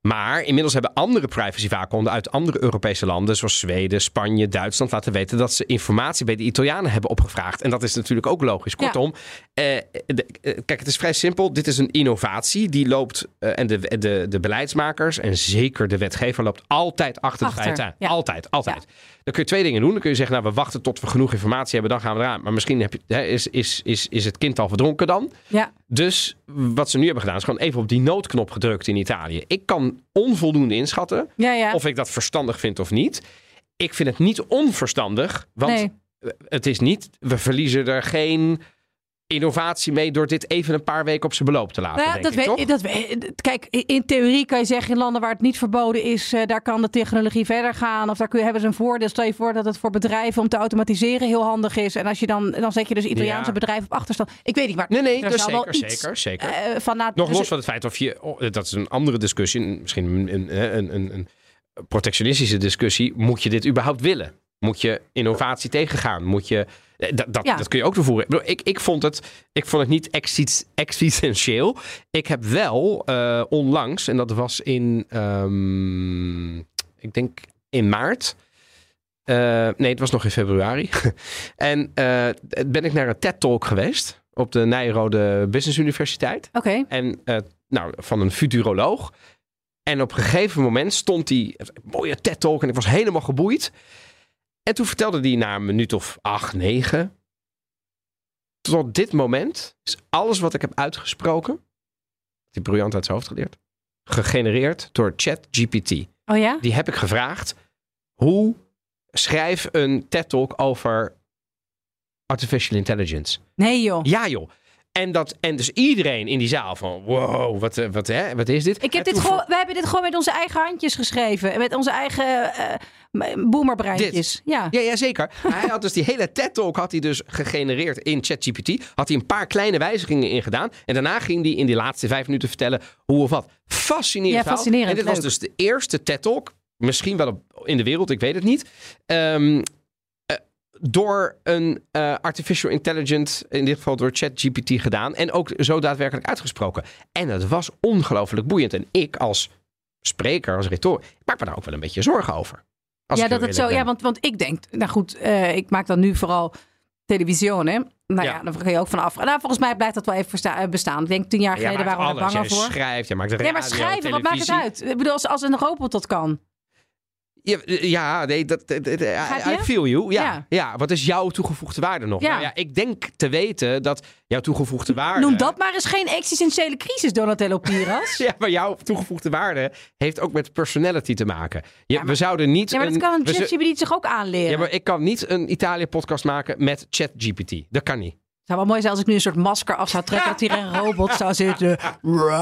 S1: Maar inmiddels hebben andere privacywaakhonden uit andere Europese landen... zoals Zweden, Spanje, Duitsland laten weten... dat ze informatie bij de Italianen hebben opgevraagd. En dat is natuurlijk ook logisch.
S2: Ja.
S1: Kortom, eh, de- eh, kijk, het is vrij simpel. Dit is een innovatie. Die loopt, eh, en de, de, de beleidsmakers en zeker de wetgever... loopt altijd achter, de
S2: Achter,
S1: feiten aan.
S2: ja.
S1: Altijd, altijd. Dan kun je twee dingen doen. Dan kun je zeggen, nou, we wachten tot we genoeg informatie hebben, dan gaan we eraan. Maar misschien heb je, hè, is, is, is, is het kind al verdronken dan.
S2: Ja,
S1: Dus wat ze nu hebben gedaan, is gewoon even op die noodknop gedrukt in Italië. Ik kan onvoldoende inschatten
S2: ja, ja.
S1: of ik dat verstandig vind of niet. Ik vind het niet onverstandig, want
S2: nee.
S1: het is niet, we verliezen er geen innovatie mee door dit even een paar weken op zijn beloop te laten.
S2: Nou ja,
S1: denk
S2: dat
S1: ik, toch?
S2: weet, dat weet, kijk, in- in theorie kan je zeggen in landen waar het niet verboden is, eh, daar kan de technologie verder gaan. Of daar kun je, hebben ze een voordeel. Stel je voor dat het voor bedrijven om te automatiseren heel handig is. En als je dan, dan zet je dus Italiaanse
S1: Ja.
S2: bedrijven op achterstand. Ik weet niet, maar
S1: Nee, nee,
S2: er
S1: dus
S2: zal
S1: zeker,
S2: wel iets
S1: zeker, zeker.
S2: eh, van na,
S1: Nog
S2: dus-
S1: los van het feit of je, oh, dat is een andere discussie, een- misschien een, een, een, een, een protectionistische discussie, moet je dit überhaupt willen? Moet je innovatie tegengaan? Moet je, eh, dat, dat,
S2: Ja.
S1: dat kun je ook doorvoeren. Ik, bedoel, ik, ik, vond het, ik vond het niet exist- existentieel. Ik heb wel eh, onlangs, en dat was in, ehm, ik denk in maart. Eh, nee, het was nog in februari. en eh, ben ik naar een TED-talk geweest op de Nijrode Business Universiteit.
S2: Oké,
S1: En eh, nou, van een futuroloog. En op een gegeven moment stond die mooie TED-talk en ik was helemaal geboeid. En toen vertelde hij na een minuut of acht, negen. Tot dit moment is alles wat ik heb uitgesproken, die briljant uit zijn hoofd geleerd, gegenereerd door ChatGPT.
S2: oh ja?
S1: Die heb ik gevraagd, hoe schrijf een TED-talk over artificial intelligence?
S2: Nee joh.
S1: Ja, joh. En, dat, en dus iedereen in die zaal van, wow, wat, eh, wat, hè, wat is dit?
S2: Ik
S1: En
S2: heb dit
S1: toen
S2: gewoon, we hebben dit gewoon met onze eigen handjes geschreven. En Met onze eigen eh boomerbreintjes. Ja.
S1: Ja, ja, zeker. Maar Hij had dus die hele TED-talk had hij dus gegenereerd in ChatGPT. Had hij een paar kleine wijzigingen in gedaan. En daarna ging hij in die laatste vijf minuten vertellen hoe of wat. Fascinerend.
S2: Ja,
S1: verhaal.
S2: fascinerend,
S1: En dit was
S2: leuk.
S1: dus de eerste TED-talk. Misschien wel op- in de wereld, ik weet het niet. ehm, eh, door een eh, artificial intelligent, in dit geval door ChatGPT gedaan. En ook zo daadwerkelijk uitgesproken. En het was ongelooflijk boeiend. En ik als spreker, als retoor, maak me daar ook wel een beetje zorgen over. Als
S2: ja,
S1: ik heel
S2: dat het
S1: eerlijk
S2: zo.
S1: ben.
S2: Ja, want, want ik denk, nou goed, eh, ik maak dan nu vooral televisie, hè? Nou ja,
S1: Ja.
S2: dan kan je ook van af. Nou, volgens mij blijft dat wel even versta- eh, bestaan. Ik denk tien jaar
S1: Ja, jij
S2: geleden
S1: maakt
S2: waren we er
S1: alles.
S2: banger
S1: Jij
S2: voor.
S1: schrijft, jij maakt radio,
S2: Nee, maar schrijven, wat maakt het
S1: televisie.
S2: uit? Ik bedoel, als, als een robot dat kan.
S1: Ja, ja, nee, dat, dat- dat-
S2: Begrijp je?
S1: I feel you. Ja, ja.
S2: Ja.
S1: wat is jouw toegevoegde waarde nog?
S2: Ja.
S1: Nou ja, ik denk te weten dat jouw toegevoegde waarde...
S2: Noem dat maar eens geen existentiële crisis, Donatello Piras.
S1: Ja, maar jouw toegevoegde waarde heeft ook met personality te maken. Je,
S2: maar-
S1: we zouden niet...
S2: Ja, maar dat kan een
S1: we zo-
S2: ChatGPT zich ook aanleren.
S1: ja, maar ik kan niet een Italië-podcast maken met ChatGPT. Dat kan niet.
S2: Het zou wel mooi zijn als ik nu een soort masker af zou trekken. Dat hier een robot zou zitten.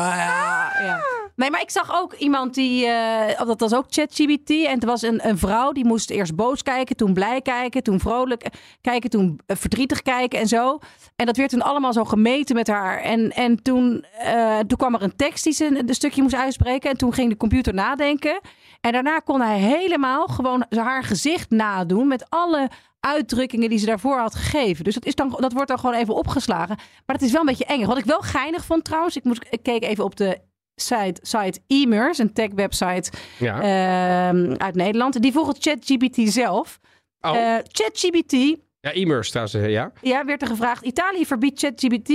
S2: Ja. Nee, maar ik zag ook iemand die. eh, dat was ook ChatGPT. En het was een, een vrouw die moest eerst boos kijken. Toen blij kijken. Toen vrolijk kijken. Toen eh, verdrietig kijken en zo. En dat werd toen allemaal zo gemeten met haar. En, en toen, eh, toen kwam er een tekst die ze een, een stukje moest uitspreken. En toen ging de computer nadenken. En daarna kon hij helemaal gewoon haar gezicht nadoen. Met alle uitdrukkingen die ze daarvoor had gegeven. Dus dat, is dan, dat wordt dan gewoon even opgeslagen. Maar het is wel een beetje eng. Wat ik wel geinig vond trouwens, ik, moest, ik keek even op de site, site Emers, een tech-website
S1: Ja.
S2: ehm, uit Nederland. Die volgt ChatGPT zelf.
S1: oh,
S2: Eh, ChatGPT
S1: ja, immers trouwens, eh, ja.
S2: ja, werd er gevraagd. Italië verbiedt ChatGPT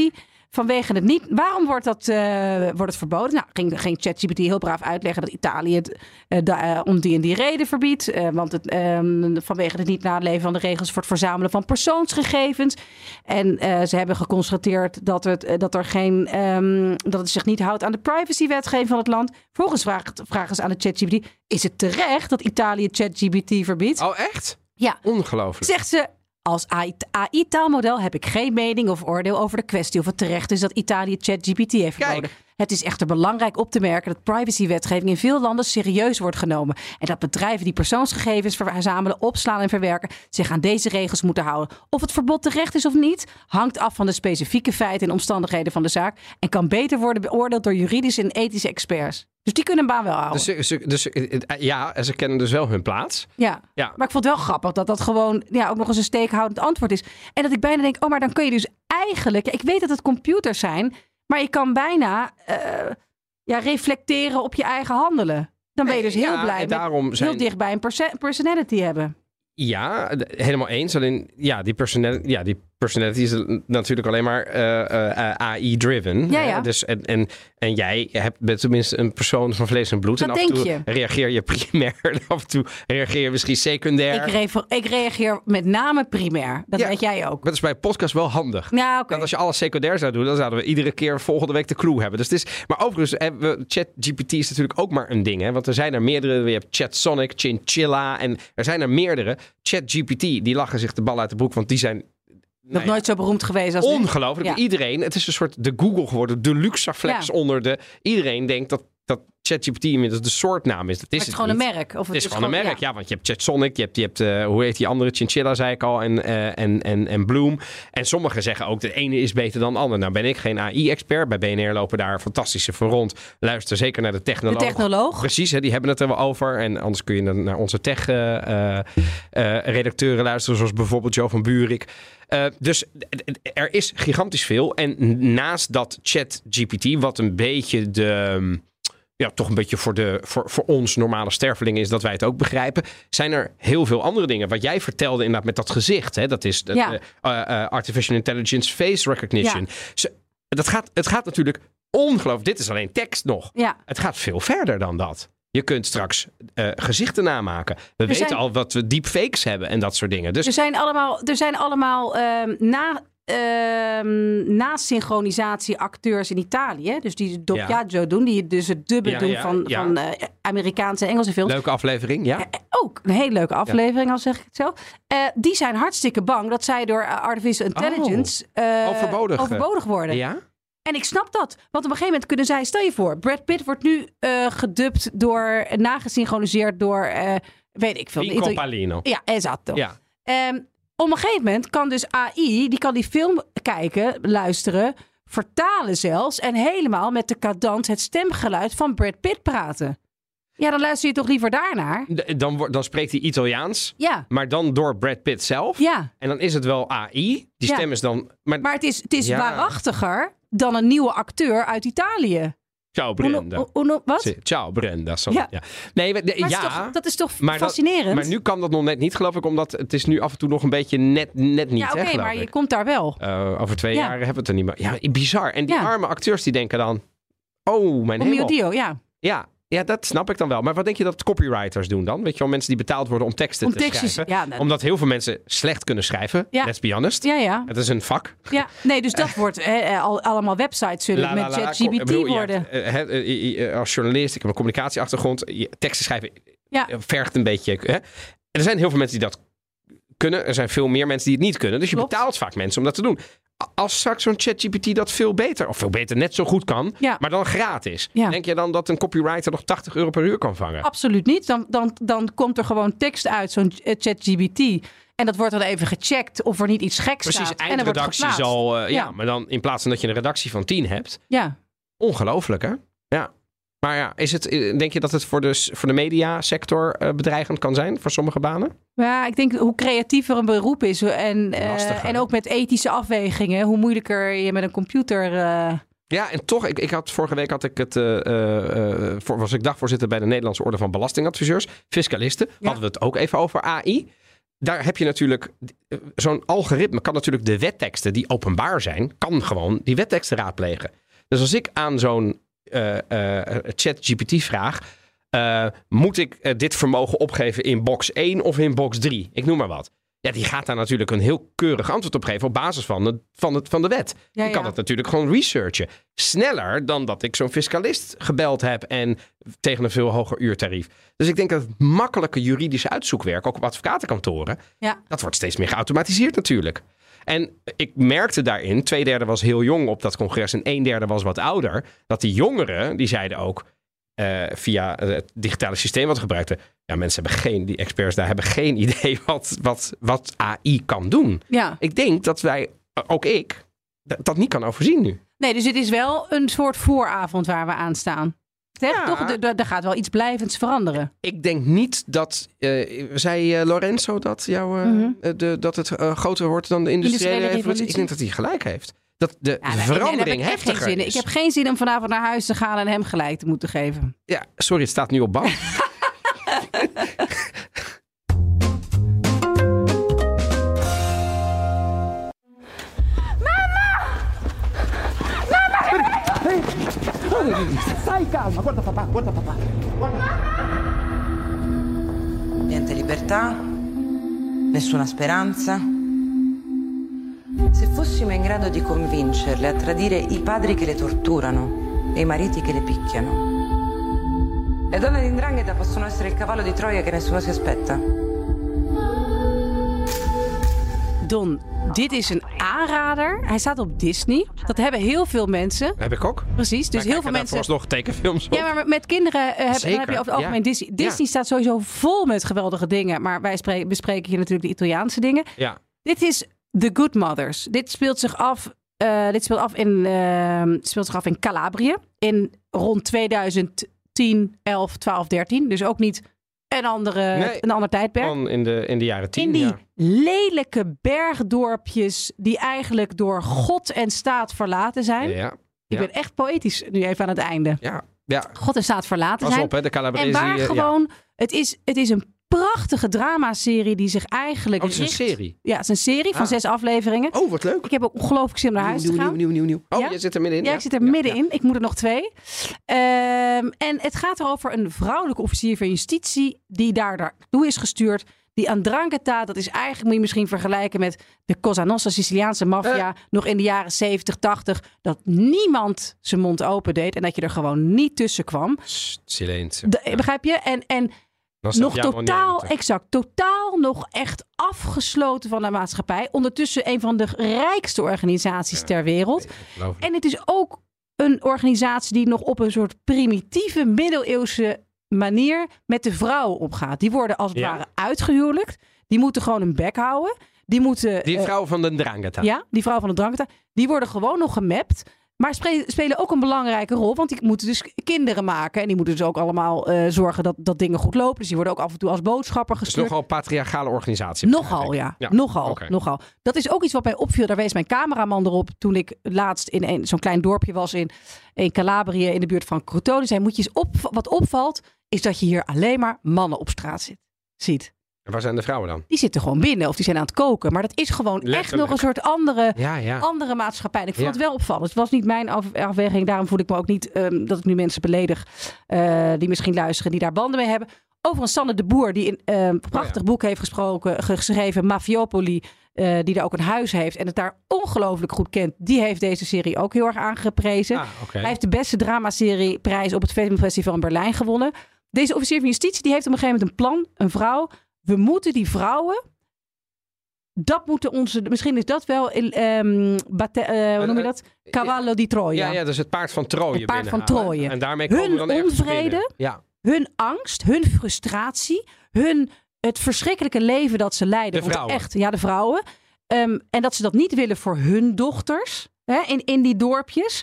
S2: vanwege het niet. Waarom wordt, dat, eh, wordt het verboden? Nou, ging, ging ChatGPT heel braaf uitleggen dat Italië het eh, da- eh, om die en die reden verbiedt. eh, want het, ehm, vanwege het niet naleven van de regels voor het verzamelen van persoonsgegevens. En eh, ze hebben geconstateerd dat, het, eh, dat, er geen, ehm, dat het zich niet houdt aan de privacywetgeving van het land. Vervolgens vraagt, vragen ze aan de ChatGPT: is het terecht dat Italië ChatGPT verbiedt?
S1: Oh, echt?
S2: Ja.
S1: Ongelooflijk.
S2: Zegt ze, als AI-taalmodel heb ik geen mening of oordeel over de kwestie of het terecht is dat Italië ChatGPT heeft
S1: Kijk.
S2: verboden. Het is echter belangrijk op te merken dat privacywetgeving in veel landen serieus wordt genomen. En dat bedrijven die persoonsgegevens verzamelen, opslaan en verwerken zich aan deze regels moeten houden. Of het verbod terecht is of niet, hangt af van de specifieke feiten en omstandigheden van de zaak. En kan beter worden beoordeeld door juridische en ethische experts. Dus die kunnen een baan wel houden.
S1: Dus, ze- ze- dus, eh, eh, ja, en ze kennen dus wel hun plaats.
S2: ja.
S1: Ja.
S2: Maar ik vond het wel grappig dat dat gewoon ja, ook nog eens een steekhoudend antwoord is. En dat ik bijna denk, oh, maar dan kun je dus eigenlijk... Ja, ik weet dat het computers zijn, maar je kan bijna eh, ja, reflecteren op je eigen handelen. Dan ben je dus heel
S1: Ja,
S2: blij
S1: en
S2: met
S1: daarom zijn,
S2: heel dichtbij een perso- personality hebben.
S1: Ja, d- helemaal eens. Alleen, ja, die personality, ja, die personality is l- natuurlijk alleen maar eh, AI-driven.
S2: Ja, ja.
S1: Dus, en, en, en jij hebt, bent tenminste een persoon van vlees en bloed.
S2: Dat
S1: en af en
S2: denk
S1: toe
S2: je.
S1: reageer je primair. En af en toe reageer je misschien secundair.
S2: Ik, refer- ik reageer met name primair. Dat
S1: Ja.
S2: weet jij ook.
S1: Maar dat is bij een podcast wel handig.
S2: Nou, oké.
S1: Want als je alles secundair zou doen, dan zouden we iedere keer volgende week de crew hebben. Dus het is, maar overigens, eh, we- ChatGPT is natuurlijk ook maar een ding. Hè? Want er zijn er meerdere. Je hebt ChatSonic, Chinchilla en er zijn er meerdere. ChatGPT, die lachen zich de bal uit de broek, want die zijn...
S2: Nog
S1: nou ja,
S2: nooit zo beroemd geweest als nu.
S1: Ongelooflijk.
S2: Ja.
S1: Iedereen, het is een soort de Google geworden, de Luxaflex
S2: Ja.
S1: onder de... Iedereen denkt dat, dat ChatGPT inmiddels de soortnaam is. Dat is
S2: Maar het is gewoon een
S1: niet.
S2: merk. Of
S1: Het is gewoon een merk, ja. want je hebt Chatsonic, je hebt, je hebt eh, hoe heet die andere, Chinchilla zei ik al, en, eh, en, en, en Bloom. En sommigen zeggen ook, de ene is beter dan de ander. Nou ben ik geen AI-expert, bij BNR lopen daar fantastische voor rond. Luister zeker naar de
S2: De
S1: technoloog.
S2: technoloog.
S1: Precies, hè, die hebben het er wel over. En anders kun je dan naar onze eh, tech-redacteuren luisteren, zoals bijvoorbeeld Jo van Buurik. Eh, dus d- d- er is gigantisch veel. En naast dat ChatGPT, wat een beetje de. mm, Ja, toch een beetje voor, de, voor, voor ons normale stervelingen is dat wij het ook begrijpen. Zijn er heel veel andere dingen. Wat jij vertelde inderdaad met dat gezicht. Hè? Dat is dat,
S2: Ja.
S1: eh, eh, eh, artificial intelligence face recognition. Ze- dat gaat, het gaat natuurlijk ongelooflijk. Dit is alleen tekst nog.
S2: Ja.
S1: Het gaat veel verder dan dat. Je kunt straks eh, gezichten namaken. We
S2: zijn-
S1: weten al wat we deepfakes hebben en dat soort dingen. Dus
S2: Er zijn allemaal, er zijn allemaal ehm, na, ehm, na synchronisatie acteurs in Italië. Dus die het doppiaggio doen. Die dus het dubbe
S1: Ja,
S2: doen
S1: ja,
S2: van,
S1: ja.
S2: van eh, Amerikaanse en Engelse films. Eh,
S1: leuke aflevering, ja.
S2: Ook een hele leuke aflevering, al zeg ik het zo. Eh, die zijn hartstikke bang dat zij door eh, artificial intelligence eh,
S1: Oh. Overbodig.
S2: overbodig worden.
S1: Ja?
S2: En ik snap dat. Want op een gegeven moment kunnen zij... Stel je voor, Brad Pitt wordt nu eh gedubt door... Nagesynchroniseerd door... eh, weet ik veel.
S1: Vinco
S2: Itali-
S1: Palino.
S2: ja, esatto.
S1: Ja.
S2: Ehm, op een gegeven moment kan dus AI, die kan die film kijken, luisteren, vertalen zelfs. En helemaal met de cadans, het stemgeluid van Brad Pitt praten. Ja, dan luister je toch liever daarnaar?
S1: D- Dan, wordt- dan spreekt hij Italiaans,
S2: Ja,
S1: maar dan door Brad Pitt zelf.
S2: ja.
S1: En dan is het wel AI. Die
S2: Ja.
S1: stem is dan... Maar,
S2: Maar het is, het is
S1: Ja.
S2: waarachtiger dan een nieuwe acteur uit Italië.
S1: ciao
S2: Hoe no-
S1: Brenda.
S2: hoe- hoe no- wat?
S1: Zie- Ciao Brenda. Sorry. Ja.
S2: Ja.
S1: Nee, we- de-
S2: Maar het
S1: ja.
S2: is toch- dat is toch
S1: Maar dat-
S2: fascinerend?
S1: maar nu kan dat nog net niet, geloof ik. Omdat het is nu af en toe nog een beetje net, net niet,
S2: ja, oké,
S1: hè, geloof
S2: maar
S1: ik.
S2: je komt daar wel.
S1: Eh, over twee
S2: Ja.
S1: jaar hebben we het er niet meer. Ja, bizar. En die
S2: Ja.
S1: arme acteurs die denken dan... Oh, mijn
S2: Om
S1: hemel.
S2: Dio, ja.
S1: Ja, Ja, dat snap ik dan wel. Maar wat denk je dat copywriters doen dan? Weet je wel, mensen die betaald worden om teksten
S2: Om
S1: te
S2: tekstjes.
S1: schrijven.
S2: Ja, nou,
S1: Omdat heel veel mensen slecht kunnen schrijven.
S2: Ja.
S1: Let's be honest.
S2: ja, ja.
S1: Het is een vak.
S2: ja. Nee, dus dat wordt hè, eh, al, allemaal websites zullen
S1: La, la,
S2: met
S1: la, ik
S2: ChatGPT
S1: bedoel, je hebt,
S2: worden.
S1: eh, hè, eh, eh, als journalist, ik heb een communicatieachtergrond. Je, teksten schrijven
S2: Ja.
S1: eh, vergt een beetje. Hè? En er zijn heel veel mensen die dat kunnen. Er zijn veel meer mensen die het niet kunnen. Dus je
S2: Klopt.
S1: betaalt vaak mensen om dat te doen. A- Als straks zo'n ChatGPT dat veel beter, of veel beter net zo goed kan,
S2: Ja.
S1: maar dan gratis.
S2: Ja.
S1: Denk je dan dat een copywriter nog 80 euro per uur kan vangen?
S2: Absoluut niet. Dan, dan, dan komt er gewoon tekst uit, zo'n eh, ChatGPT. En dat wordt dan even gecheckt of er niet iets geks
S1: Precies,
S2: staat. En dan wordt het
S1: eindredactie
S2: geplaatst.
S1: zal... eh, ja.
S2: Ja.
S1: maar dan in plaats van dat je een redactie van 10 hebt.
S2: Ja.
S1: Ongelooflijk, hè? Ja. Maar ja, is het, eh, denk je dat het voor de, s- voor de mediasector eh, bedreigend kan zijn? Voor sommige banen?
S2: Ja, ik denk hoe creatiever een beroep is en, eh,
S1: Lastiger,
S2: en
S1: hè?
S2: ook met ethische afwegingen, hoe moeilijker je met een computer. eh,
S1: Ja, en toch, ik, ik had vorige week had ik het, eh, eh, eh, voor, was ik dagvoorzitter bij de Nederlandse Orde van Belastingadviseurs, fiscalisten. Hadden we het ook even over AI. Daar heb je natuurlijk, eh, zo'n algoritme kan natuurlijk de wetteksten die openbaar zijn, kan gewoon die wetteksten raadplegen. Dus als ik aan zo'n eh, chat GPT vraag, eh, moet ik eh, dit vermogen opgeven in box 1 of in box 3? Ik noem maar wat. Ja, die gaat daar natuurlijk een heel keurig antwoord op geven op basis van, het, van, het, van de wet.
S2: Ja,
S1: ik kan
S2: ja.
S1: dat natuurlijk gewoon researchen. Sneller dan dat ik zo'n fiscalist gebeld heb en tegen een veel hoger uurtarief. Dus ik denk dat het makkelijke juridische uitzoekwerk, ook op advocatenkantoren,
S2: Ja.
S1: dat wordt steeds meer geautomatiseerd natuurlijk. En ik merkte daarin, twee derde was heel jong op dat congres en een derde was wat ouder, dat die jongeren, die zeiden ook eh, via eh, het digitale systeem wat we gebruikten, ja mensen hebben geen, die experts daar hebben geen idee wat, wat, wat AI kan doen.
S2: ja.
S1: Ik denk dat wij, eh, ook ik, d- dat niet kan overzien nu.
S2: Nee, dus het is wel een soort vooravond waar we aan staan. Zeg,
S1: Ja.
S2: toch? Er- Er er gaat wel iets blijvends veranderen.
S1: Ik denk niet dat, eh, zei eh, Lorenzo dat, jouw, eh,
S2: Mhm.
S1: eh, de, dat het eh, groter wordt dan de industriële,
S2: Industriële
S1: revolutie. Ik denk dat hij gelijk heeft. Dat de verandering
S2: heeft
S1: heftiger
S2: geen zin in.
S1: is.
S2: Ik heb geen zin om vanavond naar huis te gaan en hem gelijk te moeten geven.
S1: Ja, sorry, het staat nu op bank.
S3: calma, guarda papà, guarda papà.
S4: Niente libertà, nessuna speranza. Se fossimo in grado di convincerle a tradire i padri che le torturano e i mariti che le picchiano. Le donne di Ndrangheta possono essere il cavallo di Troia che nessuno si aspetta.
S2: Don, dit is een aanrader. Hij staat op Disney. Dat hebben heel veel mensen.
S1: Heb ik ook.
S2: Precies. Dus heel veel mensen.
S1: nog tekenfilms op.
S2: Ja, maar met- met kinderen eh, heb, dan
S1: Zeker,
S2: heb je over het algemeen
S1: ja.
S2: Disney. Disney staat sowieso vol met geweldige dingen. Maar wij spreken, bespreken hier natuurlijk de Italiaanse dingen.
S1: Ja.
S2: Dit is The Good Mothers. Dit speelt zich af, eh, dit speelt af, in, ehm, speelt zich af in Calabrië. In rond 2010, 11, 12, 13. Dus ook niet een, andere,
S1: Nee.
S2: een ander tijdperk.
S1: Man in de, in de jaren tien.
S2: in die
S1: ja.
S2: lelijke bergdorpjes die eigenlijk door God en staat verlaten zijn.
S1: Ja.
S2: Ik
S1: ja.
S2: ben echt poëtisch nu even aan het einde.
S1: ja. Ja.
S2: God en staat verlaten
S1: Pas
S2: zijn.
S1: op, hè, de Calabrese.
S2: En waar
S1: eh, ja.
S2: gewoon, het, is, het is een prachtige dramaserie die zich eigenlijk.
S1: Oh, het is een
S2: richt-
S1: serie.
S2: Ja, het is een serie van
S1: Ah.
S2: zes afleveringen.
S1: Oh, wat leuk.
S2: Ik heb ook ongelooflijk zin om naar huis
S1: nieuw,
S2: te
S1: nieuw,
S2: gaan.
S1: nieuw, nieuw, nieuw. Oh,
S2: Ja?
S1: je zit er middenin.
S2: Ja, ik zit er middenin. Ik moet er nog twee. Ehm, en het gaat erover een vrouwelijke officier van justitie die daar naartoe is gestuurd. Die Andrangheta, dat is eigenlijk, moet je misschien vergelijken met de Cosa Nostra Siciliaanse maffia. Nog in de jaren 70, 80. Dat niemand zijn mond open deed en dat je er gewoon niet tussen kwam.
S1: Silence.
S2: De- Begrijp je? En, en nog totaal, exact, totaal nog echt afgesloten van de maatschappij. Ondertussen een van de rijkste organisaties ter wereld. En het is ook een organisatie die nog op een soort primitieve middeleeuwse manier met de vrouwen omgaat. Die worden als het
S1: Ja.
S2: ware uitgehuwelijkt. Die moeten gewoon een bek houden. Die moeten.
S1: Die
S2: eh,
S1: vrouw van de Drangheta.
S2: ja, die vrouw van de drankta. Die worden gewoon nog gemapt. Maar spre- spelen ook een belangrijke rol. Want die moeten dus kinderen maken. En die moeten dus ook allemaal eh, zorgen dat, dat dingen goed lopen. Dus die worden ook af en toe als boodschapper
S1: Het is
S2: gestuurd.
S1: nogal een patriarchale organisatie.
S2: Nogal,
S1: begrijp ik.
S2: ja. Nogal,
S1: oké.
S2: nogal. Dat is ook iets wat mij opviel. Daar wees mijn cameraman erop toen ik laatst in een- zo'n klein dorpje was in, in Calabrië, in de buurt van Crotone. Zei, moet je eens op, wat opvalt, is dat je hier alleen maar mannen op straat zit, ziet.
S1: En waar zijn de vrouwen dan?
S2: Die zitten gewoon binnen of die zijn aan het koken. Maar dat is gewoon echt nog
S1: Letterlijk.
S2: een soort andere,
S1: Ja, ja.
S2: andere maatschappij. En Ik vond
S1: Ja.
S2: het wel opvallend. Het was niet mijn af- afweging. Daarom voel ik me ook niet ehm, dat ik nu mensen beledig eh, die misschien luisteren, die daar banden mee hebben. Overigens, Sanne de Boer, die een
S1: Oh
S2: ehm, prachtig boek heeft gesproken, ge- geschreven, Mafiopoli, eh, die daar ook een huis heeft en het daar ongelooflijk goed kent, die heeft deze serie ook heel erg aangeprezen.
S1: Ah, oké.
S2: Hij heeft de beste dramaserie-prijs op het Filmfestival in Berlijn gewonnen. Deze officier van justitie die heeft op een gegeven moment een plan. Een vrouw. We moeten die vrouwen. Dat moeten onze. Misschien is dat wel. ehm bate- eh, hoe noem je dat? Cavallo di Troia.
S1: Ja, ja, dus het paard van Troje.
S2: Het paard van
S1: binnenhalen.
S2: Troje.
S1: En daarmee
S2: Hun
S1: komen we dan ergens
S2: onvrede.
S1: binnen. Ja,
S2: Hun angst, hun frustratie, hun het verschrikkelijke leven dat ze leiden.
S1: De
S2: Want
S1: vrouwen.
S2: echt, ja, de vrouwen. Ehm, en dat ze dat niet willen voor hun dochters hè, in, in die dorpjes.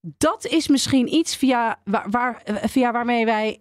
S2: Dat is misschien iets via, waar, waar, eh, via waarmee wij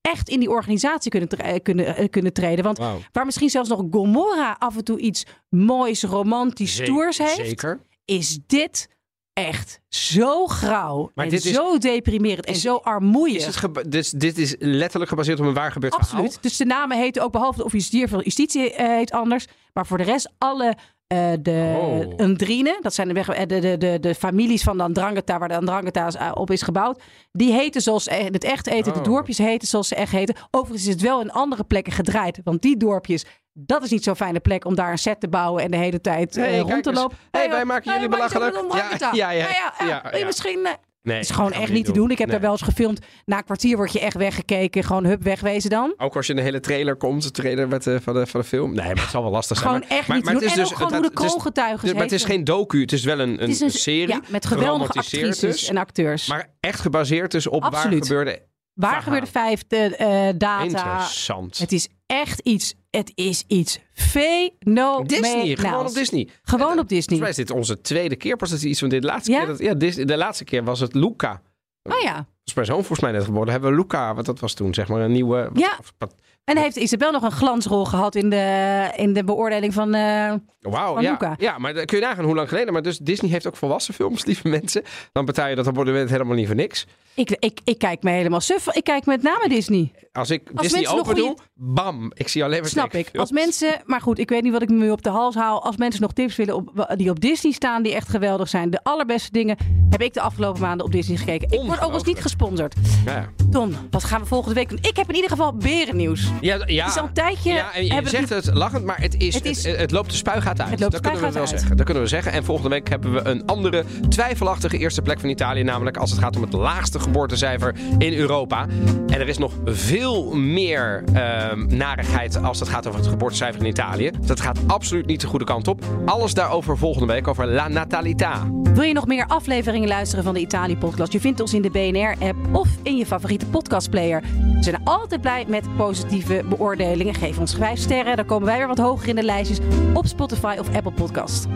S2: echt in die organisatie kunnen, tre- eh, kunnen, eh, kunnen treden. Want
S1: wauw.
S2: waar misschien zelfs nog Gomorra af en toe iets moois, romantisch,
S1: Ze-
S2: stoers heeft,
S1: Zeker.
S2: is dit echt zo grauw
S1: Maar
S2: en
S1: dit is-
S2: zo deprimerend en
S1: is-
S2: zo armoeig.
S1: Is het gebe- dus dit is letterlijk gebaseerd op een waar gebeurd
S2: Absoluut. Dus de namen heten ook, behalve de officier van justitie eh, heet anders. Maar voor de rest, alle eh de
S1: Oh.
S2: Undrine, dat zijn de, weg- eh, de, de, de, de families van de Andrangheta, waar de Andrangheta is, eh, op is gebouwd. Die heten zoals eh, het echt eten,
S1: Oh.
S2: de dorpjes heten zoals ze echt heten. Overigens is het wel in andere plekken gedraaid. Want die dorpjes, dat is niet zo'n fijne plek om daar een set te bouwen en de hele tijd eh,
S1: Hey, kijk
S2: rond te
S1: eens.
S2: lopen.
S1: Hey,
S2: joh,
S1: wij maken jullie
S2: wij zijn
S1: belachelijk.
S2: met Andrangheta.
S1: Ja, ja, ja,
S2: Nou
S1: ja,
S2: wil je
S1: ja.
S2: Misschien... eh,
S1: Nee,
S2: het is gewoon
S1: dat gaan
S2: echt
S1: we
S2: niet te doen. Ik heb
S1: Nee.
S2: daar wel eens gefilmd. Na een kwartier word je echt weggekeken. Gewoon hup, wegwezen dan.
S1: Ook als je in de hele trailer komt, de trailer met, eh, van, de, van de film. Nee, maar het zal wel lastig zijn.
S2: Gewoon
S1: maar,
S2: echt
S1: maar,
S2: niet te
S1: maar
S2: doen.
S1: het
S2: en
S1: is
S2: ook
S1: dus-
S2: gewoon
S1: het-
S2: hoe de
S1: het is-
S2: kroongetuigen
S1: dus- Maar het is geen docu, het is wel een, een,
S2: Het is
S1: een serie.
S2: ja, met geweldige
S1: geromantiseerd
S2: actrices
S1: dus,
S2: en acteurs.
S1: Maar echt gebaseerd dus op waar
S2: Absoluut.
S1: gebeurde.
S2: Waar
S1: verhaal.
S2: gebeurde vijf de, eh, data?
S1: Interessant.
S2: Het is echt iets. Het is iets fenomenaals.
S1: Disney,
S2: nou,
S1: gewoon op Disney.
S2: Gewoon op Disney.
S1: Volgens mij is dit onze tweede keer pas dat we iets van dit laatste
S2: Ja?
S1: keer. Dat, ja, Dis- de laatste keer was het Luca.
S2: Oh ja.
S1: Als mijn zoon volgens mij net geboren hebben we Luca, want dat was toen zeg maar een nieuwe.
S2: Ja.
S1: of- wat-
S2: En heeft Isabel nog een glansrol gehad in de, in de beoordeling van... eh,
S1: oh, Wauw,
S2: Van
S1: ja.
S2: Luca.
S1: Ja, maar dan kun je nagaan hoe lang geleden. Maar dus Disney heeft ook volwassen films, lieve mensen. Dan betaal je dat abonnement helemaal niet voor niks.
S2: ik, ik, ik kijk me helemaal suf. Ik kijk met name Disney.
S1: Als ik
S2: Als
S1: Disney
S2: mensen nog
S1: open doe, bam. Ik zie alleen maar
S2: Snap ik. Als mensen, maar goed, ik weet niet wat ik me nu op de hals haal. Als mensen nog tips willen op, die op Disney staan, die echt geweldig zijn. De allerbeste dingen heb ik de afgelopen maanden op Disney gekeken. Ik word ook eens niet
S1: Ongelooflijk.
S2: gesponsord.
S1: Ja,
S2: Don, wat gaan we volgende week doen? Ik heb in ieder geval berennieuws.
S1: ja. ja.
S2: Het is al een tijdje.
S1: Ja, en je
S2: hebben we
S1: zegt het lachend, maar het, is, het,
S2: Het is-
S1: het, loopt de spuigaat uit.
S2: Het loopt de
S1: dat kunnen we wel
S2: spuigaat uit.
S1: zeggen. Dat kunnen we zeggen. En volgende week hebben we een andere twijfelachtige eerste plek van Italië. Namelijk als het gaat om het laagste geboortecijfer in Europa. En er is nog veel meer ehm narigheid als het gaat over het geboortecijfer in Italië. Dus dat gaat absoluut niet de goede kant op. Alles daarover volgende week, over La Natalità.
S2: Wil je nog meer afleveringen luisteren van de Italië Podcast? Je vindt ons in de BNR-app of in je favoriete podcastplayer. We zijn altijd blij met positieve beoordelingen. Geef ons vijf sterren, dan komen wij weer wat hoger in de lijstjes op Spotify of Apple Podcast.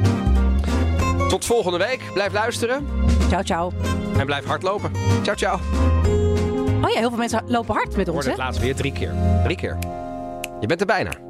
S1: Tot volgende week. Blijf luisteren
S2: Ciao, ciao.
S1: en blijf hardlopen. Ciao, ciao.
S2: Oh ja, heel veel mensen lopen hard met ons,
S1: Hoorde
S2: hè?
S1: het laatst weer drie keer. Drie keer. Je bent er bijna.